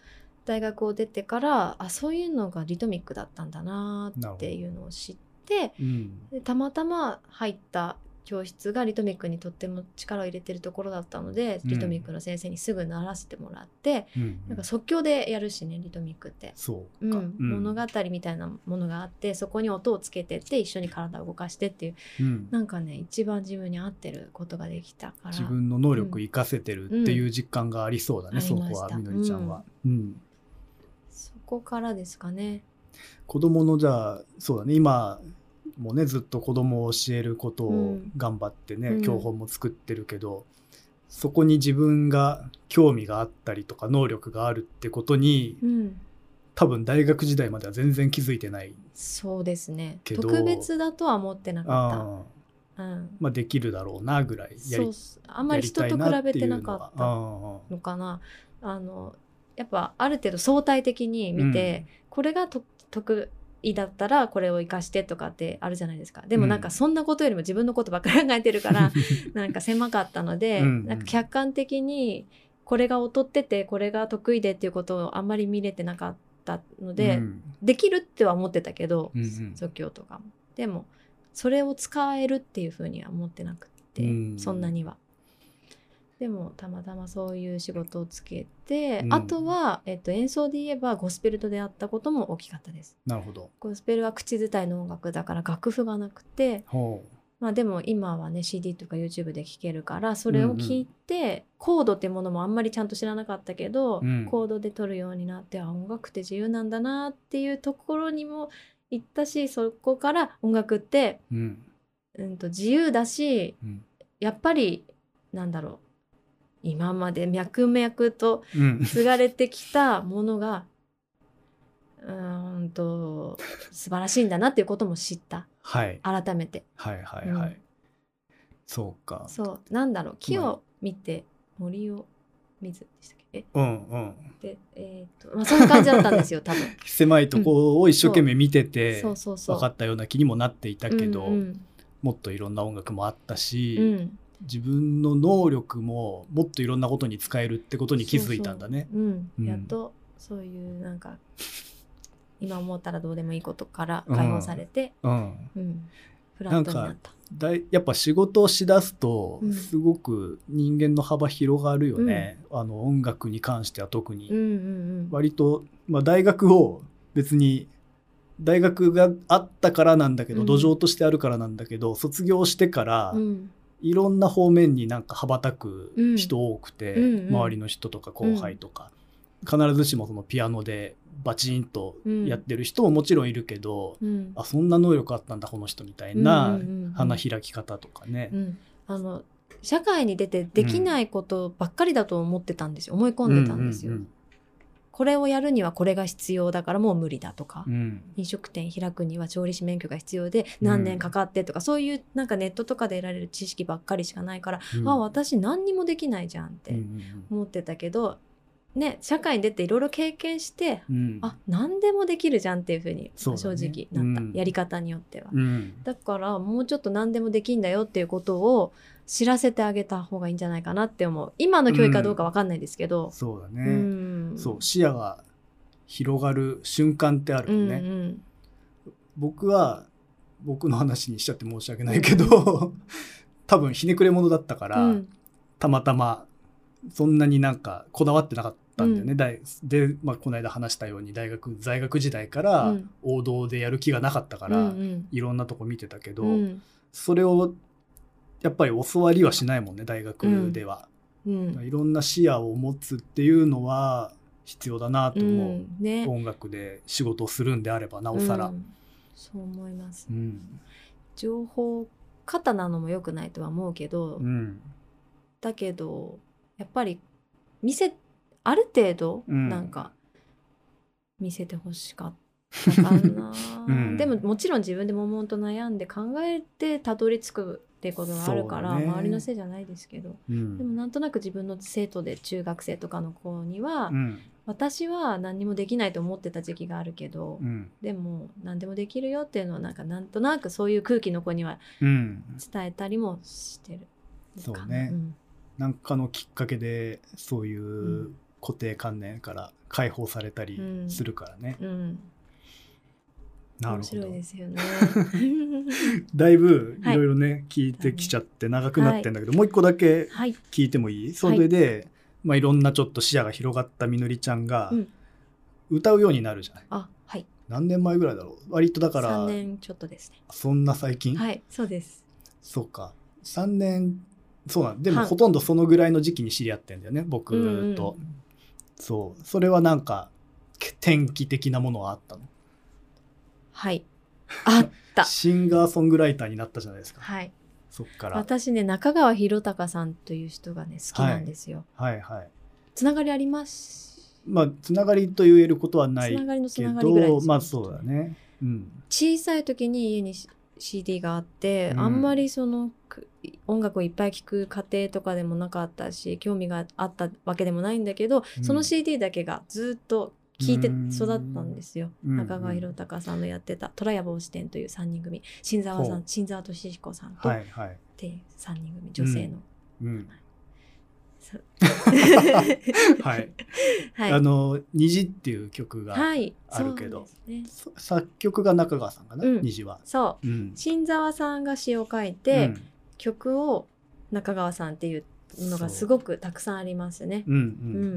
S1: 大学を出てからあそういうのがリトミックだったんだなっていうのを知って
S2: うん
S1: でたまたま入った教室がリトミックにとっても力を入れてるところだったので、
S2: うん
S1: リトミックの先生にすぐ習わせてもらって、
S2: うん
S1: なんか即興でやるしねリトミックって。
S2: そう
S1: う
S2: か、
S1: ん
S2: うん
S1: 物語みたいなものがあってそこに音をつけてって一緒に体を動かしてっていう
S2: うん
S1: なんかね一番自分に合ってることができたから
S2: 自分の能力生かせてるっていう実感がありそうだね、
S1: うん
S2: そこ
S1: あ
S2: は
S1: りま
S2: み
S1: した
S2: のりちゃんは。うん
S1: そこからですかね。
S2: 子供のじゃあそうだね今もねずっと子供を教えること
S1: う
S2: を
S1: ん
S2: 頑張ってね、
S1: うん
S2: 教本も作ってるけどそこに自分が興味があったりとか能力があるってことに
S1: うん、
S2: 多分大学時代までは全然気づいてない。
S1: そうですね。
S2: けど
S1: 特別だとは思ってなかっ
S2: あー
S1: た。うん、
S2: まあ、できるだろうなぐらい
S1: そ
S2: や
S1: う
S2: り
S1: っすあんまり人と比べてなかった
S2: た
S1: のかなあのやっぱある程度相対的に見て、、これがと得意だったらこれを生かしてとかってあるじゃないですかでもなん
S2: う
S1: か
S2: ん
S1: そんなことよりも自分のことばっかり考えてるか
S2: うん [laughs]
S1: らなんか狭かったので
S2: うんうん
S1: なんか客観的にこれが劣っててこれが得意でっていうことをあんまり見れてなかったので、
S2: うん
S1: できるっては思ってたけど、
S2: うんうん
S1: 即興とかもでもそれを使えるっていうふうには思ってなくって、
S2: うん
S1: そんなにはでもたまたまそういう仕事をつけて、
S2: うん
S1: あとは、えっと、演奏で言えばゴスペルと出会ったことも大きかったです
S2: なるほど
S1: ゴスペルは口伝いの音楽だから楽譜がなくて
S2: ほ
S1: まあでも今はね CD とか YouTube で聴けるからそれを聞いて、コードってものもあんまりちゃんと知らなかったけど、
S2: うん
S1: コードで撮るようになってあ音楽って自由なんだなっていうところにも行ったしそこから音楽って、
S2: う、うん
S1: うん、と自由だし
S2: うん
S1: やっぱりなんだろう今まで脈々と
S2: うん、
S1: 継がれてきたものがうーんと素晴らしいんだなっていうことも知った
S2: はい
S1: 改めて。
S2: はいはいはい、
S1: うん
S2: そうか
S1: そうなんだろう木
S2: まあ
S1: を見て森を水でしたっけ
S2: うんうん
S1: えでえーっと、まあ、そんな感じだったんです
S2: [laughs]
S1: よ多分、
S2: 狭いとこを一生懸命見てて、
S1: そうそうそう
S2: 分かったような気にもなっていたけど、
S1: うん
S2: もっといろんな音楽もあったし、
S1: うんうん
S2: 自分の能力ももっといろんなことに使えるってことに気づいたんだね。
S1: そうそううん
S2: うん
S1: やっとそういうなんか今思ったらどうでもいいことから解放されて、
S2: うん、
S1: うんフラットになった
S2: だいやっぱ仕事をしだすと
S1: うん
S2: すごく人間の幅広がるよね、あの音楽に関しては特に。
S1: うんうんうん
S2: 割と、まあ、大学を別に大学があったからなんだけど、
S1: うん
S2: 土壌としてあるからなんだけど卒業してから、
S1: うん
S2: いろんな方面になんか羽ばたく
S1: うん
S2: 人多くて、
S1: うんうん
S2: 周りの人とか後輩とか、必ずしもそのピアノでバチンとやってる人ももちろんいるけど、
S1: うん
S2: あそんな能力あったんだこの人みたい
S1: う
S2: な
S1: んうんうんうん
S2: 花開き方とかね。
S1: うんあの社会に出てできないことばっかりだと思ってたんですよ思い込んでたんですよ、
S2: うん
S1: これをやるにはこれが必要だからもう無理だとか、
S2: うんうん
S1: 飲食店開くには調理師免許が必要で
S2: うん
S1: 何年かかってとか、そういうなんかネットとかで得られる知識ばっかりしかないから、
S2: うん
S1: あ私何にもできないじゃんっ
S2: うんう
S1: て
S2: ん
S1: 思ってたけど、ね社会に出ていろいろ経験して
S2: うん
S1: あ何でもできるじゃんっていう風に
S2: そ
S1: 正
S2: うだね
S1: 直なった、
S2: うん
S1: やり方によっては。
S2: うん
S1: だからもうちょっと何でもできんだよっていうことを知らせてあげた方がいいんじゃないかなって思う今の教育かどうかわかんないですけど、
S2: そうだね。
S1: うん
S2: そう視野が広がる瞬間ってあるよね、
S1: うんうん
S2: 僕は僕の話にしちゃって申し訳ない
S1: [laughs]
S2: けど多分ひねくれ者だったから、
S1: うん
S2: たまたまそんなになんかこだわってなかっったんだよ
S1: う
S2: ね。大で、まあ、この間話したように大学在学時代から
S1: うん
S2: 王道でやる気がなかったから、
S1: うん
S2: いろんなとこ見てたけど、
S1: うんうん
S2: それをやっぱり教わりはしないもんね大学では、
S1: うん
S2: いろんな視野を持つっていうのは必要だなと
S1: う
S2: 思う。
S1: んね
S2: 音楽で仕事をするんであればなおさら、
S1: うんそう思います
S2: うん
S1: 情報過多なのも良くないとは思うけど、
S2: うん
S1: だけどやっぱり見せある程度
S2: うん
S1: なんか見せてほしかったかな、
S2: [laughs] うん
S1: でももちろん自分で悶々と悩んで考えてたどり着くってことがあるから、
S2: そうだね
S1: 周りのせいじゃないですけど
S2: う
S1: でも
S2: ん
S1: なんとなく自分の生徒で中学生とかの子には、
S2: うん
S1: 私は何にもできないと思ってた時期があるけど、
S2: うん
S1: でも何でもできるよっていうのはなんかなんとなくそういう空気の子には
S2: うん
S1: 伝えたりもしてるかな。
S2: そうね
S1: ん
S2: なんかのきっかけでそういううん固定観念から解放されたりするからね、
S1: うん
S2: な
S1: 面
S2: るほ
S1: 白い
S2: ど
S1: です
S2: [laughs]
S1: よね。
S2: だいぶい
S1: はい
S2: ろいろね、聞いてきちゃって長くなってんだけど、もう一個だけ
S1: はい。
S2: 聞いてもいいそれで、いまあ、いろんなちょっと視野が広がったみのりちゃんが
S1: うん
S2: 歌うようになるじゃない、
S1: あ、はい。
S2: 何年前ぐらいだろう割とだから
S1: 三年ちょっとですね。
S2: そんな最近、
S1: はい、そうです。
S2: そうか3年そうなんでも
S1: はい
S2: ほとんどそのぐらいの時期に知り合ってんだよね僕と、
S1: う
S2: そうそれはなんかけ転機的なものはあったの [laughs]
S1: はい。あった。
S2: シンガーソングライターになったじゃないですか
S1: はい。
S2: そっから
S1: 私ね、中川博隆さんという人がね、好きなんですよ。
S2: はいはい
S1: つながりあります。
S2: まあつながりと言えることはな
S1: つ
S2: い
S1: ながりのつ
S2: け
S1: ながりぐらいで
S2: ど
S1: すよ
S2: まあそうだ。ねうん
S1: 小さい時に家に C- CD があって、
S2: うん
S1: あんまりそのく音楽をいっぱい聴く家庭とかでもなかったし興味があったわけでもないんだけど、
S2: うん
S1: その CD だけがずっと聴いて育ったんですよ、
S2: うん
S1: 中川宏隆さんのやってた「虎屋帽子店」という3人組新沢さ
S2: ほうん
S1: 新沢敏彦さんと
S2: は
S1: っ
S2: いはい
S1: ていう3人組、女性の。 [laughs]
S2: うん
S1: そう
S2: はい、
S1: [laughs] はい
S2: あの「虹」っていう曲が、
S1: はい
S2: あるけど
S1: そうですね
S2: そ作曲が中川さんかな、
S1: うん
S2: 虹は
S1: そう
S2: うん
S1: 新沢さんが詩を書いて、曲を中川さんっていうのがすごくたくさんありますね。
S2: うんう
S1: うん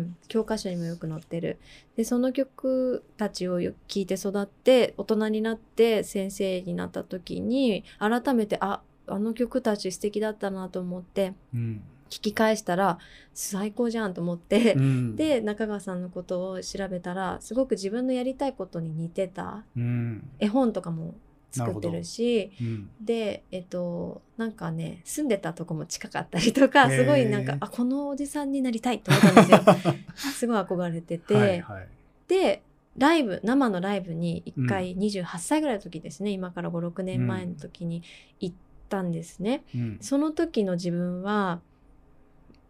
S1: ん、教科書にもよく載ってるでその曲たちをよ聞いて育って大人になって先生になった時に改めてああの曲たち素敵だったなと思って
S2: うん
S1: 聞き返したら最高じゃんと思って、
S2: うん、
S1: で中川さんのことを調べたらすごく自分のやりたいことに似てた
S2: うん、
S1: 絵本とかも作ってるし
S2: うん
S1: でえっとなんかね住んでたとこも近かったりとか
S2: へ
S1: す
S2: ー
S1: ごいなんかあこのおじさんになりたいと思ったん
S2: [laughs]
S1: ですよすごい憧れてて、
S2: はいはい、
S1: でライブ生のライブに1回28歳ぐらいの時ですね、今から56年前の時に行ったんですね、
S2: うん
S1: その時の自分は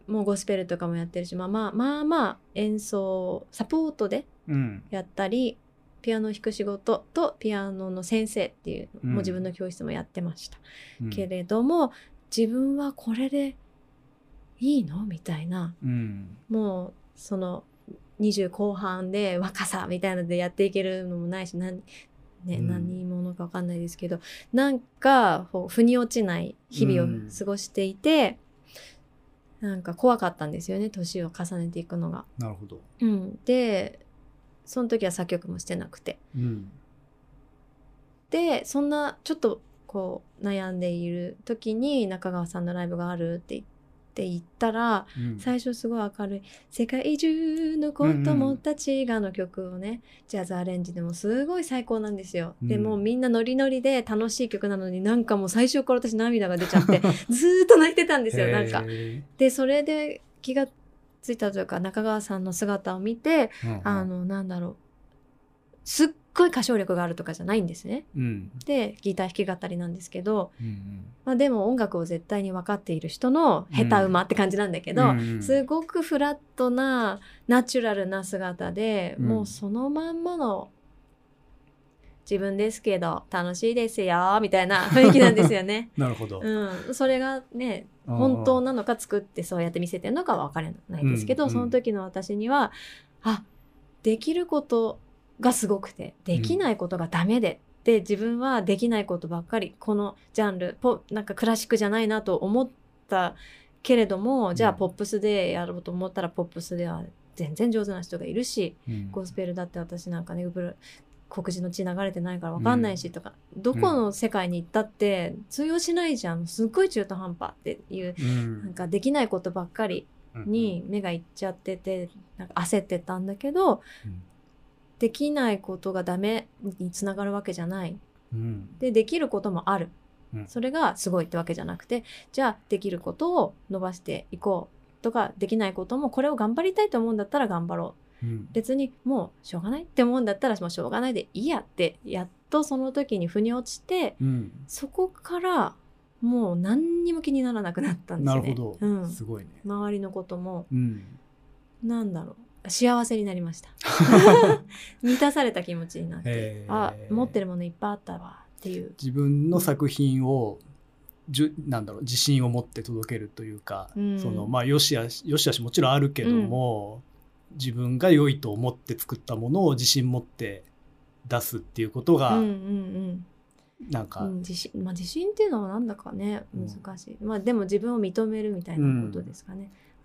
S1: もうゴスペルとかもやってるしまあまあまあまあ演奏サポートで
S2: うん
S1: やったりピアノを弾く仕事とピアノの先生っていうのも自分の教室もやってました、
S2: うん
S1: けれども、自分はこれでいいのみたいな
S2: うん
S1: もうその20後半で若さみたいなのでやっていけるのもないし何,、ね
S2: うん
S1: 何者か分かんないですけどなんかこう腑に落ちない日々
S2: うん
S1: を過ごしていて、なんか怖かったんですよね年を重ねていくのが。
S2: なるほど、
S1: うん、でその時は作曲もしてなくて。
S2: うん
S1: でそんなちょっとこう悩んでいる時に中川さんのライブがあるって言って行ったら
S2: うん、
S1: 最初すごい明るい「世界中の子供たちが」の曲をねジャズアレンジでもすごい最高なんですよ。で
S2: うん
S1: もうみんなノリノリで楽しい曲なのになんかもう最初から私涙が出ちゃって
S2: [laughs]
S1: ずーっと泣いてたんですよなんか。
S2: へ
S1: でそれで気がついたというか中川さんの姿を見て
S2: ーうんうん
S1: あのなんだろうすっごい歌唱力があるとかじゃないんですね。
S2: うん
S1: でギター弾き語りなんですけど、
S2: うんうん
S1: まあ、でも音楽を絶対に分かっている人の下手馬って感じなんだけど、
S2: うんうん
S1: すごくフラットなナチュラルな姿で、
S2: うん
S1: もうそのまんまの自分ですけど楽しいですよみたいな雰囲気なんですよ
S2: [laughs]
S1: ね。
S2: なるほど、
S1: うん、それがね
S2: うん
S1: 本当なのか作ってそうやって見せてるのかは分からないですけど、
S2: うんうん
S1: その時の私にはあできることがすごくてできないことがダメで、で自分はできないことばっかりこのジャンルポなんかクラシックじゃないなと思ったけれどもじゃあ
S2: うん
S1: ポップスでやろうと思ったらポップスでは全然上手な人がいるし、
S2: うん
S1: ゴスペルだって私なんかねブル黒人の血流れてないから分かんないしとか、どこの世界に行ったって通用しないじゃんすっごい中途半端っていう
S2: うん
S1: なんかできないことばっかりに目がいっちゃっててなんか焦ってたんだけど、
S2: うん
S1: できないことがダメにつながるわけじゃない
S2: うん
S1: でできることもある、
S2: うん
S1: それがすごいってわけじゃなくてじゃあできることを伸ばしていこうとかできないこともこれを頑張りたいと思うんだったら頑張ろ
S2: うん
S1: う別にもうしょうがないって思うんだったらもうしょうがないでいいやってやっとその時に腑に落ちて
S2: うん
S1: そこからもう何にも気にならなくなったんです
S2: な
S1: よ
S2: る
S1: ね。
S2: ほど、
S1: うん、
S2: すごいね、
S1: 周りのことも
S2: うん、
S1: なんだろう幸せになり
S2: [laughs]
S1: ました満たされた気持ちになって、
S2: へー
S1: あ持ってるものいっぱいあったわっていう、
S2: 自分の作品をじゅなんだろう自信を持って届けるというか、
S1: うん
S2: そのまあよしあしよしあしもちろんあるけども、自分が良いと思って作ったものを自信持って出すっていうこと
S1: うん
S2: が、
S1: うんうん
S2: なんか、
S1: うん、自信まあ自信っていうのはなんだかね
S2: うん
S1: 難しい、まあでも自分を認めるみたいなことですかね、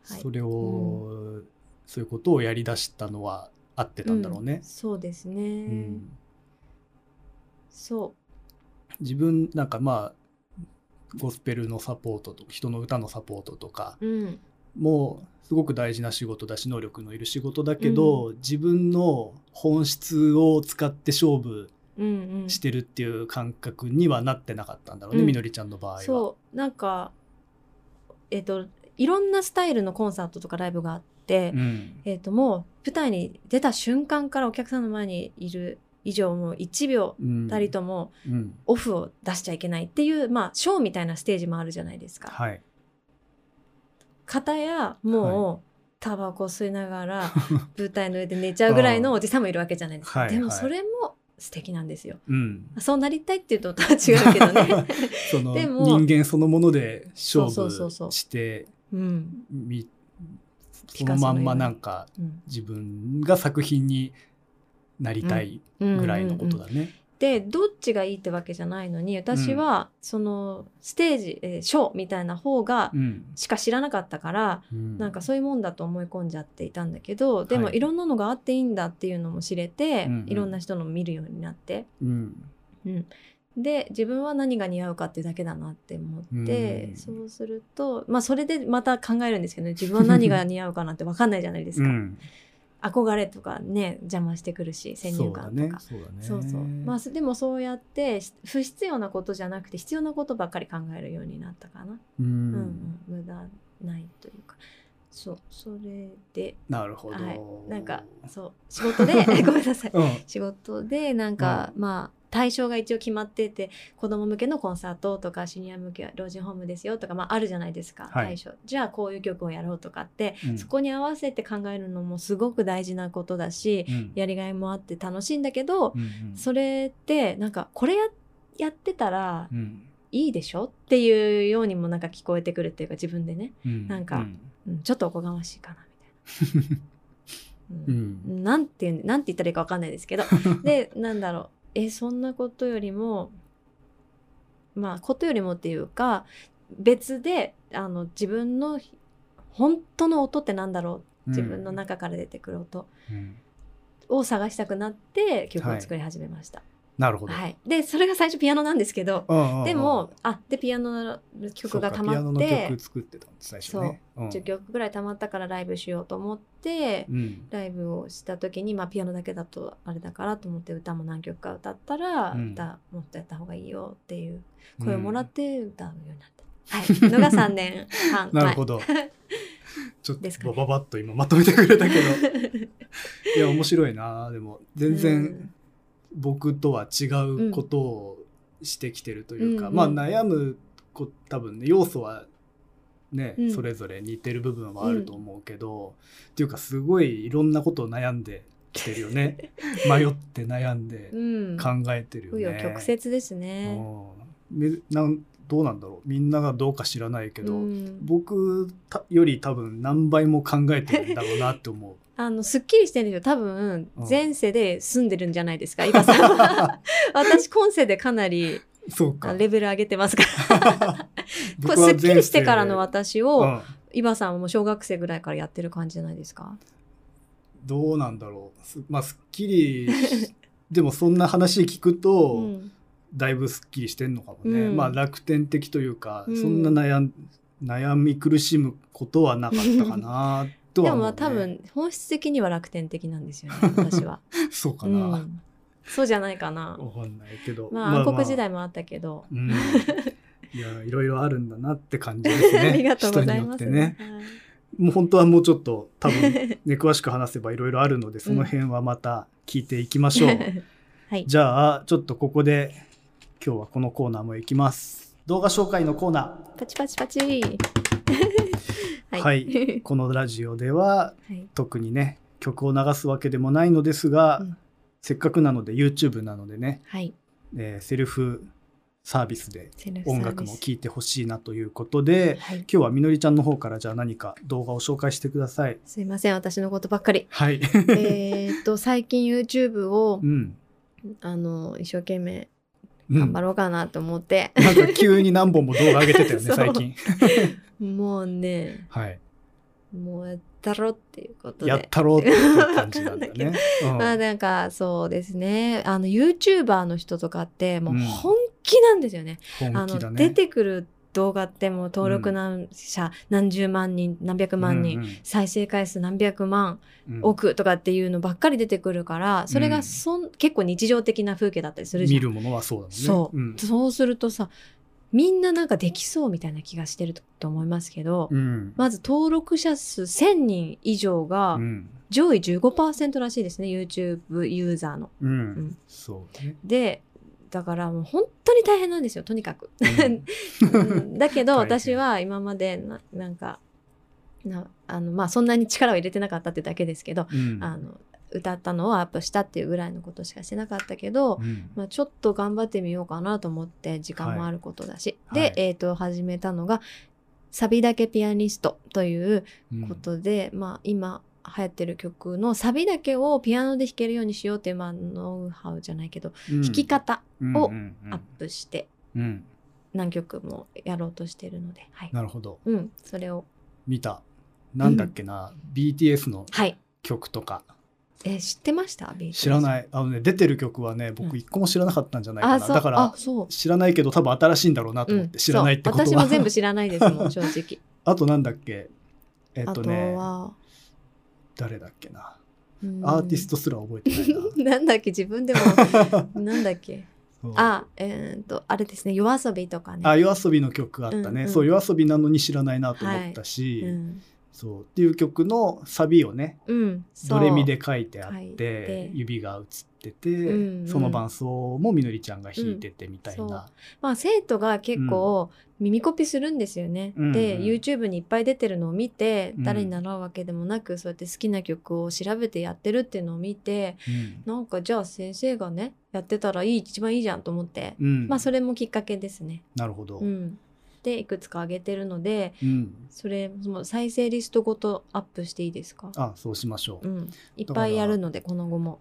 S1: はい
S2: それを、そういうことをやりだしたのは合ってたんだろうね。
S1: そうですね、
S2: うん
S1: そ
S2: 自分なんかまあゴスペルのサポートと人の歌のサポートとか
S1: ううん
S2: もすごく大事な仕事だし能力のいる仕事だけど、自分の本質を使って勝負
S1: うんうん
S2: してるっていう感覚にはなってなかったんだろうね、
S1: うん
S2: みのりちゃんの場合は。
S1: そうなんかえっ、といろんなスタイルのコンサートとかライブがあって、
S2: うん
S1: えっ、ともう舞台に出た瞬間からお客さんの前にいる以上もう1秒
S2: うん
S1: たりとも
S2: うん
S1: オフを出しちゃいけないっていう、まあショーみたいなステージもあるじゃないですか。
S2: はい、
S1: 方やもうタバコ吸いながら [laughs] 舞台の上で寝ちゃうぐらいのおじさんもいるわけじゃないですか。
S2: はい
S1: でも
S2: はい
S1: それも素敵なんですよ。
S2: うん、
S1: そうなりたいっていうのとは違うけど
S2: [laughs]
S1: ね。
S2: その
S1: でも
S2: 人間そのもので
S1: そう
S2: 勝
S1: そうそうそう
S2: 負して
S1: うん、
S2: み
S1: ピ
S2: そ
S1: カ
S2: の
S1: ソのよ
S2: ま
S1: うに
S2: んまなんか
S1: うん
S2: 自分が作品になりたい
S1: うん
S2: ぐらいのこと
S1: うんうん
S2: だね。
S1: でどっちがいいってわけじゃないのに私はそのステージ、えーショーみたいな方が
S2: うん
S1: しか知らなかったから、
S2: うん
S1: なんかそういうもんだと思い込んじゃっていたんだけどでも
S2: はい
S1: いろんなのがあっていいんだっていうのも知れて、
S2: うんうん
S1: いろんな人の見るようになって
S2: うん
S1: で自分は何が似合うかってだけだなって思って、
S2: うん
S1: そうするとまあそれでまた考えるんですけど、ね、自分は何が似合うかなんて分かんないじゃないです
S2: う
S1: か、
S2: ん
S1: 憧れとかね邪魔してくるし先入観とか。
S2: そうだね。
S1: そうそうまあ、でもそうやってし不必要なことじゃなくて必要なことばっかり考えるようになったかな、
S2: う
S1: うんうん
S2: ん、
S1: 無駄ないというかそうそれで
S2: なるほど。
S1: はいなんかそう仕事
S2: [laughs]
S1: でごめんなさい
S2: うん、
S1: 仕事でなんか、まあ対象が一応決まってて子ども向けのコンサートとかシニア向けは老人ホームですよとか、まあ、あるじゃないですか、
S2: はい
S1: 対象じゃあこういう曲をやろうとかって、
S2: うん
S1: そこに合わせて考えるのもすごく大事なことだし、
S2: うん
S1: やりがいもあって楽しいんだけど、
S2: うんうん
S1: それってなんかこれややってたら
S2: うん
S1: いいでしょっていうようにもなんか聞こえてくるっていうか自分でね、
S2: うん
S1: なんかうん、ちょっとおこがましいかな
S2: [laughs]
S1: みたいな。
S2: うん
S1: うん、なんて言うんなんて言ったらいいかわかんないです
S2: [laughs]
S1: けどでなんだろうえそんなことよりもまあことよりもっていうか別であの自分の本当の音ってなんだろう自分の、中から出てくる音
S2: うんうん
S1: を探したくなって曲を作り始めました。
S2: なるほど。
S1: はい、でそれが最初ピアノなんですけど
S2: うんうんうん
S1: でもあでピアノの曲がた
S2: そうかピアノ
S1: まっ
S2: の
S1: て
S2: 曲作ってたんです最初ね。うん
S1: 10曲ぐらいたまったからライブしようと思って、
S2: うん
S1: ライブをした時に、まあ、ピアノだけだとあれだからと思って歌も何曲か歌ったら、
S2: うん
S1: 歌もっとやった方がいいよっていう声をもらって歌うようになった、はい、のが3年半
S2: [laughs] なる
S1: [laughs]
S2: ほど。ちょっ
S1: ですかね
S2: とバババッと今まとめてくれたけど、
S1: [laughs]
S2: いや面白いな。でも全然僕とは違うことをしてきてるというか、
S1: うん
S2: まあ悩むこ多分ね要素はね、
S1: うん
S2: それぞれ似てる部分はあると思うけど、っていうかすごいいろんなことを悩んできてるよ
S1: [laughs]
S2: ね。迷って悩んで
S1: うん
S2: 考えてるよ
S1: 紆
S2: ね。
S1: 余曲折ですね。
S2: うんめなんどうなんだろうみんながどうか知らないけど、
S1: うん
S2: 僕たより多分何倍も考えてるんだろうなって思う。
S1: あのすっきりしてるんですよ多分
S2: うん
S1: 前世で住んでるんじゃないですか伊賀さんは
S2: [laughs]
S1: [laughs] 私今世でかなり [laughs]
S2: そう
S1: あ
S2: か。
S1: レベル上げてますからこ
S2: 僕
S1: れ
S2: は
S1: すっきりして
S2: 前世
S1: からの私
S2: う
S1: を
S2: ん
S1: 伊庭さんはもう小学生ぐらいからやってる感じじゃないですか
S2: どうなんだろうすまあすっきりしでもそんな話聞くと、
S1: うん
S2: だいぶすっきりしてんのかもね、
S1: うん
S2: まあ楽天的というか、
S1: うん
S2: そんな悩ん悩み苦しむことはなかったかなと
S1: で
S2: は
S1: も
S2: 思
S1: まあ
S2: う、ね、
S1: 多分本質的には楽天的なんですよ
S2: [laughs]
S1: ね私は、
S2: そうか
S1: う
S2: な、
S1: ん、そうじゃないかな
S2: わかんないけど
S1: まあ暗黒時代もああったけど、
S2: うん、いやいろいろあるんだなって感じです
S1: [laughs]
S2: ね
S1: ありがとうございます
S2: 人によってねもう本当はもうちょっと多分ね [laughs] 詳しく話せばいろいろあるのでその辺はまた聞いていきましょう、
S1: はいはい
S2: じゃあちょっとここで今日はこのコーナーも行きます動画紹介のコーナ
S1: [laughs]
S2: ー
S1: パチパチパチ [laughs] はい、
S2: はいこのラジオでは
S1: はい
S2: 特にね曲を流すわけでもないのですが、
S1: うん
S2: せっかくなので YouTube なのでね、
S1: はい
S2: えーセルフサービスで
S1: セルフサービ
S2: 音
S1: ス
S2: 楽も聴いてほしいなということで
S1: はい、
S2: 今日はみのりちゃんの方からじゃあ何か動画を紹介してください。
S1: すいません私のことばっか
S2: [laughs]
S1: り
S2: はい、
S1: えーっと最近 YouTube を
S2: うん
S1: あの一生懸命
S2: うん
S1: 頑張ろうかなと思って、
S2: なんか急に何本も動画上げてたよね
S1: そう [laughs]
S2: 最近。
S1: もうね
S2: はい、
S1: もうやったろっていうことで
S2: やったろうって感じなんだ
S1: わかん
S2: ね。うん
S1: まあ [laughs] なんかそうですねあの YouTuber の人とかってもううん本気なんですよね。あ
S2: 本気だ
S1: の
S2: ね。
S1: 出てくる動画ってもう登録何者、何十万人何百万人、
S2: うん
S1: 再生回数何百万
S2: うんうん
S1: 億とかっていうのばっかり出てくるからそれがそん、結構日常的な風景だったりするじゃ
S2: 見
S1: ん。
S2: るものはそうだもんね。
S1: そう、
S2: ん
S1: そうするとさみんななんかできそうみたいな気がしてるとと思いますけど、
S2: うん
S1: まず登録者数1,000人以上が
S2: うん
S1: 上位15%らしいですね YouTube ユーザーの。
S2: うん
S1: ん
S2: そ
S1: [laughs]
S2: うね。
S1: でだからもう本当に大変なんですよとにかく。うん [laughs] だけど
S2: 大変
S1: 私は今までななんかなあの、まあ、そんなに力を入れてなかったってだけですけど、
S2: うん
S1: あの歌ったのをアップしたっていうぐらいのことしかしてなかったけど、
S2: うん
S1: まあ、ちょっと頑張ってみようかなと思って時間もあることだし、
S2: はいはい
S1: で、えー、と始めたのが「サビだけピアニスト」という
S2: うん
S1: ことで、まあ今流行ってる曲のサビだけをピアノで弾けるようにしようっていう、まあ、ノウハウじゃないけど、
S2: うん
S1: 弾き方を
S2: うんうんうん
S1: アップして
S2: うん
S1: 何曲もやろうとしてるので、はい
S2: なるほど
S1: うん、それを
S2: 見たなんだっけな、BTS の
S1: はい、
S2: 曲とか
S1: えー知ってましたビー
S2: 知ら
S1: い
S2: ないあのね出てる曲はね
S1: うん
S2: 僕一個も知らなかったんじゃないか
S1: あ
S2: な、
S1: そう
S2: だから
S1: あそう
S2: 知らないけど多分新しいんだろうなと思って、
S1: うん
S2: 知らないってことは
S1: そう私も全部知
S2: ら
S1: らないですもん正
S2: [laughs]
S1: 直
S2: あとなんだっけえっ
S1: あ
S2: と
S1: と
S2: ね
S1: は、
S2: 誰だっけな
S1: うん
S2: アーティストすら覚えてないな
S1: [laughs] なんだっけ自分
S2: [laughs]
S1: でもなんだっけ
S2: そう
S1: あえーっとあれですね夜遊びとかね
S2: あ夜遊びの曲があったね、
S1: うんうん
S2: そう夜遊びなのに知らないなと思ったし、
S1: うん、
S2: そうっていう曲のサビをね
S1: うん、そう
S2: ドレミで書いてあっ
S1: 書い
S2: て
S1: て
S2: 指が映ってて、
S1: んうん
S2: その伴奏もみのりちゃんが弾いててみたい
S1: うんそ
S2: な、
S1: まあ生徒が結構耳コピするんですよね、
S2: うん
S1: で
S2: うん
S1: YouTube にいっぱい出てるのを見て
S2: うん
S1: 誰に習うわけでもなく、そうやって好きな曲を調べてやってるっていうのを見て、
S2: うん
S1: なんかじゃあ先生がねやってたらいい一番いいじゃんと思って、
S2: うん
S1: まあそれもきっかけですね。
S2: なるほど、
S1: うん、でいくつか上げてるので
S2: うん
S1: それもう再生リストごとアップしていいですか、
S2: あそうしましょ
S1: う
S2: う、
S1: ん、いっぱいやるのでこの後も。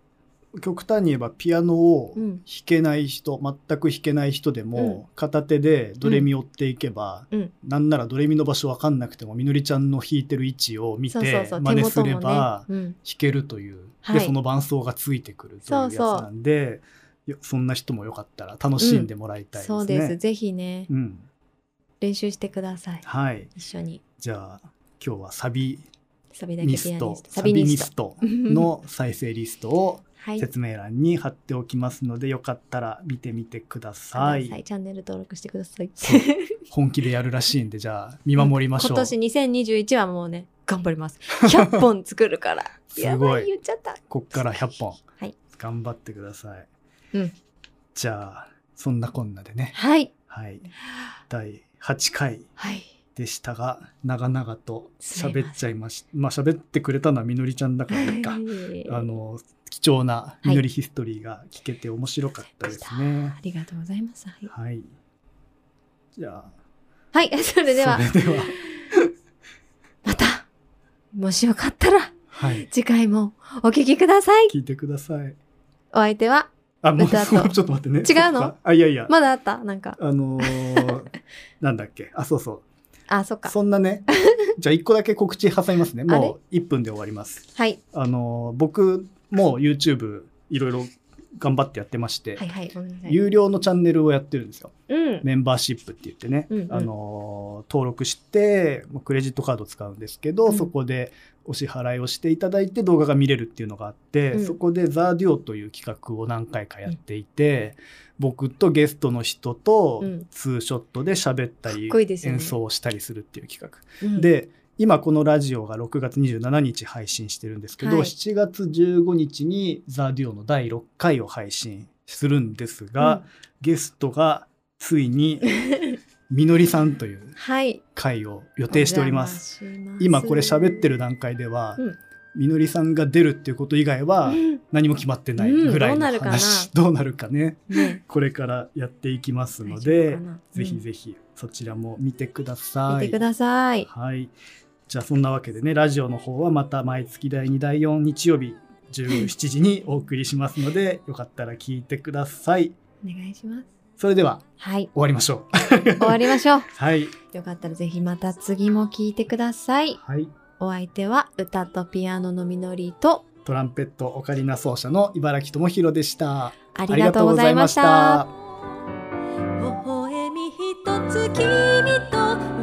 S2: 極端に言えばピアノを
S1: う
S2: 弾
S1: ん
S2: けない人、全く弾けない人でも、片手でドレミを追っていけば、
S1: うん
S2: なんならドレミの場所わかんなくてもみのりちゃんの弾いてる位置を見
S1: そうそう
S2: て
S1: そう
S2: 真
S1: 手
S2: 似す
S1: 元
S2: れ
S1: もね
S2: ば、、
S1: うん、
S2: 弾けるという、
S1: はい
S2: でその伴奏がついてくるというやつなんでよそんな人もよかったら楽しんでもらいたいですね。
S1: そうですぜひね、
S2: うん
S1: 練習してください
S2: はい、
S1: 一緒に
S2: じゃあ今日はサビ
S1: サビだけピア
S2: ミ
S1: ニ
S2: ス
S1: ス
S2: ト
S1: ト
S2: サ
S1: サ
S2: ビ
S1: ビ
S2: ミ
S1: ニス
S2: ス
S1: ト
S2: トの再生リストを
S1: [laughs] はい
S2: 説明欄に貼っておきますのでよかったら見てみてください。
S1: くださチャンネル登録してください
S2: そう本気でやるらしいんでじゃあ見守りましょ
S1: [laughs]
S2: う。
S1: 今年2021はもうね頑張ります100本作るから
S2: [laughs] すごい
S1: やばい言っちゃった
S2: こっから100本
S1: はい
S2: 頑張ってください。
S1: うん
S2: じゃあそんなこんなでね、
S1: はい
S2: はい、第8回
S1: はい
S2: でしたが長々と喋っちゃいましたまあ喋ってくれたのはみのりちゃんだからいいかあの貴重なみのりヒストリーが聞けて面白かったですね
S1: あ。りがとうございますはい、
S2: はい、じゃあ
S1: はい、 [laughs] それでは
S2: それでは
S1: またもしよかったら
S2: はい
S1: 次回もお聞きください
S2: 聞いてください。
S1: お相手は
S2: あもう
S1: 歌と
S2: そうちょっと待ってね
S1: 違うの
S2: そっかあいやいや、
S1: [laughs] まだあったなんか
S2: あのーなんだっけあそうそう
S1: あ、そっか。
S2: そん
S1: [laughs]
S2: なね、じゃあ1個だけ告知挟みますね。
S1: あれ
S2: もう1分で終わります。
S1: はい。
S2: あの、僕も YouTube いろいろ頑張ってやってまして、
S1: はいはい。ごめんなさい。
S2: 有料のチャンネルをやってるんですよ。
S1: うん。
S2: メンバーシップって言ってね、
S1: うんうん
S2: あのー登録してまあクレジットカード使うんですけど、
S1: うん
S2: そこでお支払いをしていただいて動画が見れるっていうのがあって、
S1: うん
S2: そこで「ザ・デュオ」という企画を何回かやっていて、僕とゲストの人と
S1: うん
S2: ツーショットで喋ったり、
S1: かっこいいですよね
S2: 演奏をしたりするっていう企画、
S1: うん、
S2: で今このラジオが6月27日配信してるんですけど、
S1: はい
S2: 7月15日に「ザ・デュオ」の第6回を配信するんですが、ゲストがついに
S1: うん
S2: みのりさんという
S1: はい。
S2: 回を予定しております。
S1: お邪魔します。
S2: 今これ喋ってる段階では、
S1: うん
S2: みのりさんが出るっていうこと以外は
S1: うん
S2: 何も決まってないぐらいの
S1: うんどうなるかな
S2: 話、どうなるかね
S1: ね。
S2: これからやっていきますの
S1: 大丈
S2: で
S1: 夫か、な
S2: ぜひぜひそちらも見てくださ
S1: 見
S2: い。
S1: てください。
S2: はい。じゃあそんなわけでね、ラジオの方はまた毎月第2、第4日曜日17時にお送りしますので、よかったら聞いてください。
S1: お願いします。
S2: それでは
S1: はい。
S2: 終わりましょ
S1: [laughs] 終わりましょう。 [laughs]
S2: う。はい。
S1: よかったらぜひまた次も聞いてください。
S2: はい。
S1: お相手は歌とピアノのみのりと
S2: トランペットオカリナ奏者の茨城智弘でした。
S1: ありがとうございました。
S3: 微笑みひとつ君と